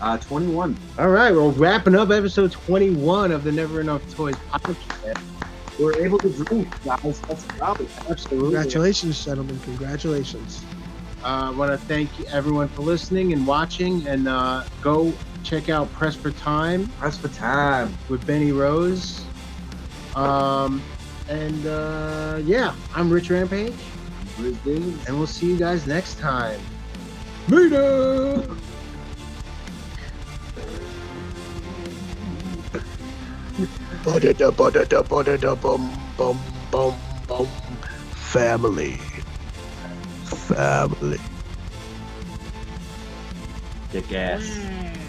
Speaker 2: Uh, 21.
Speaker 1: All right, well, wrapping up episode 21 of the Never Enough Toys podcast.
Speaker 2: We're able to drink, guys. That's a problem.
Speaker 1: Absolutely.
Speaker 3: Congratulations, gentlemen. Congratulations.
Speaker 1: Uh, I want to thank everyone for listening and watching, and uh, go check out Press for Time
Speaker 2: That's for time.
Speaker 1: with Benny Rose. Um, and uh, yeah, I'm Rich Rampage.
Speaker 2: Bruce Davies.
Speaker 1: and we'll see you guys next time. Later.
Speaker 3: Ba-da-da, ba-da-da, ba-da-da, bum, bum, bum, bum. Family. Family.
Speaker 2: Kick ass.
Speaker 5: Mm.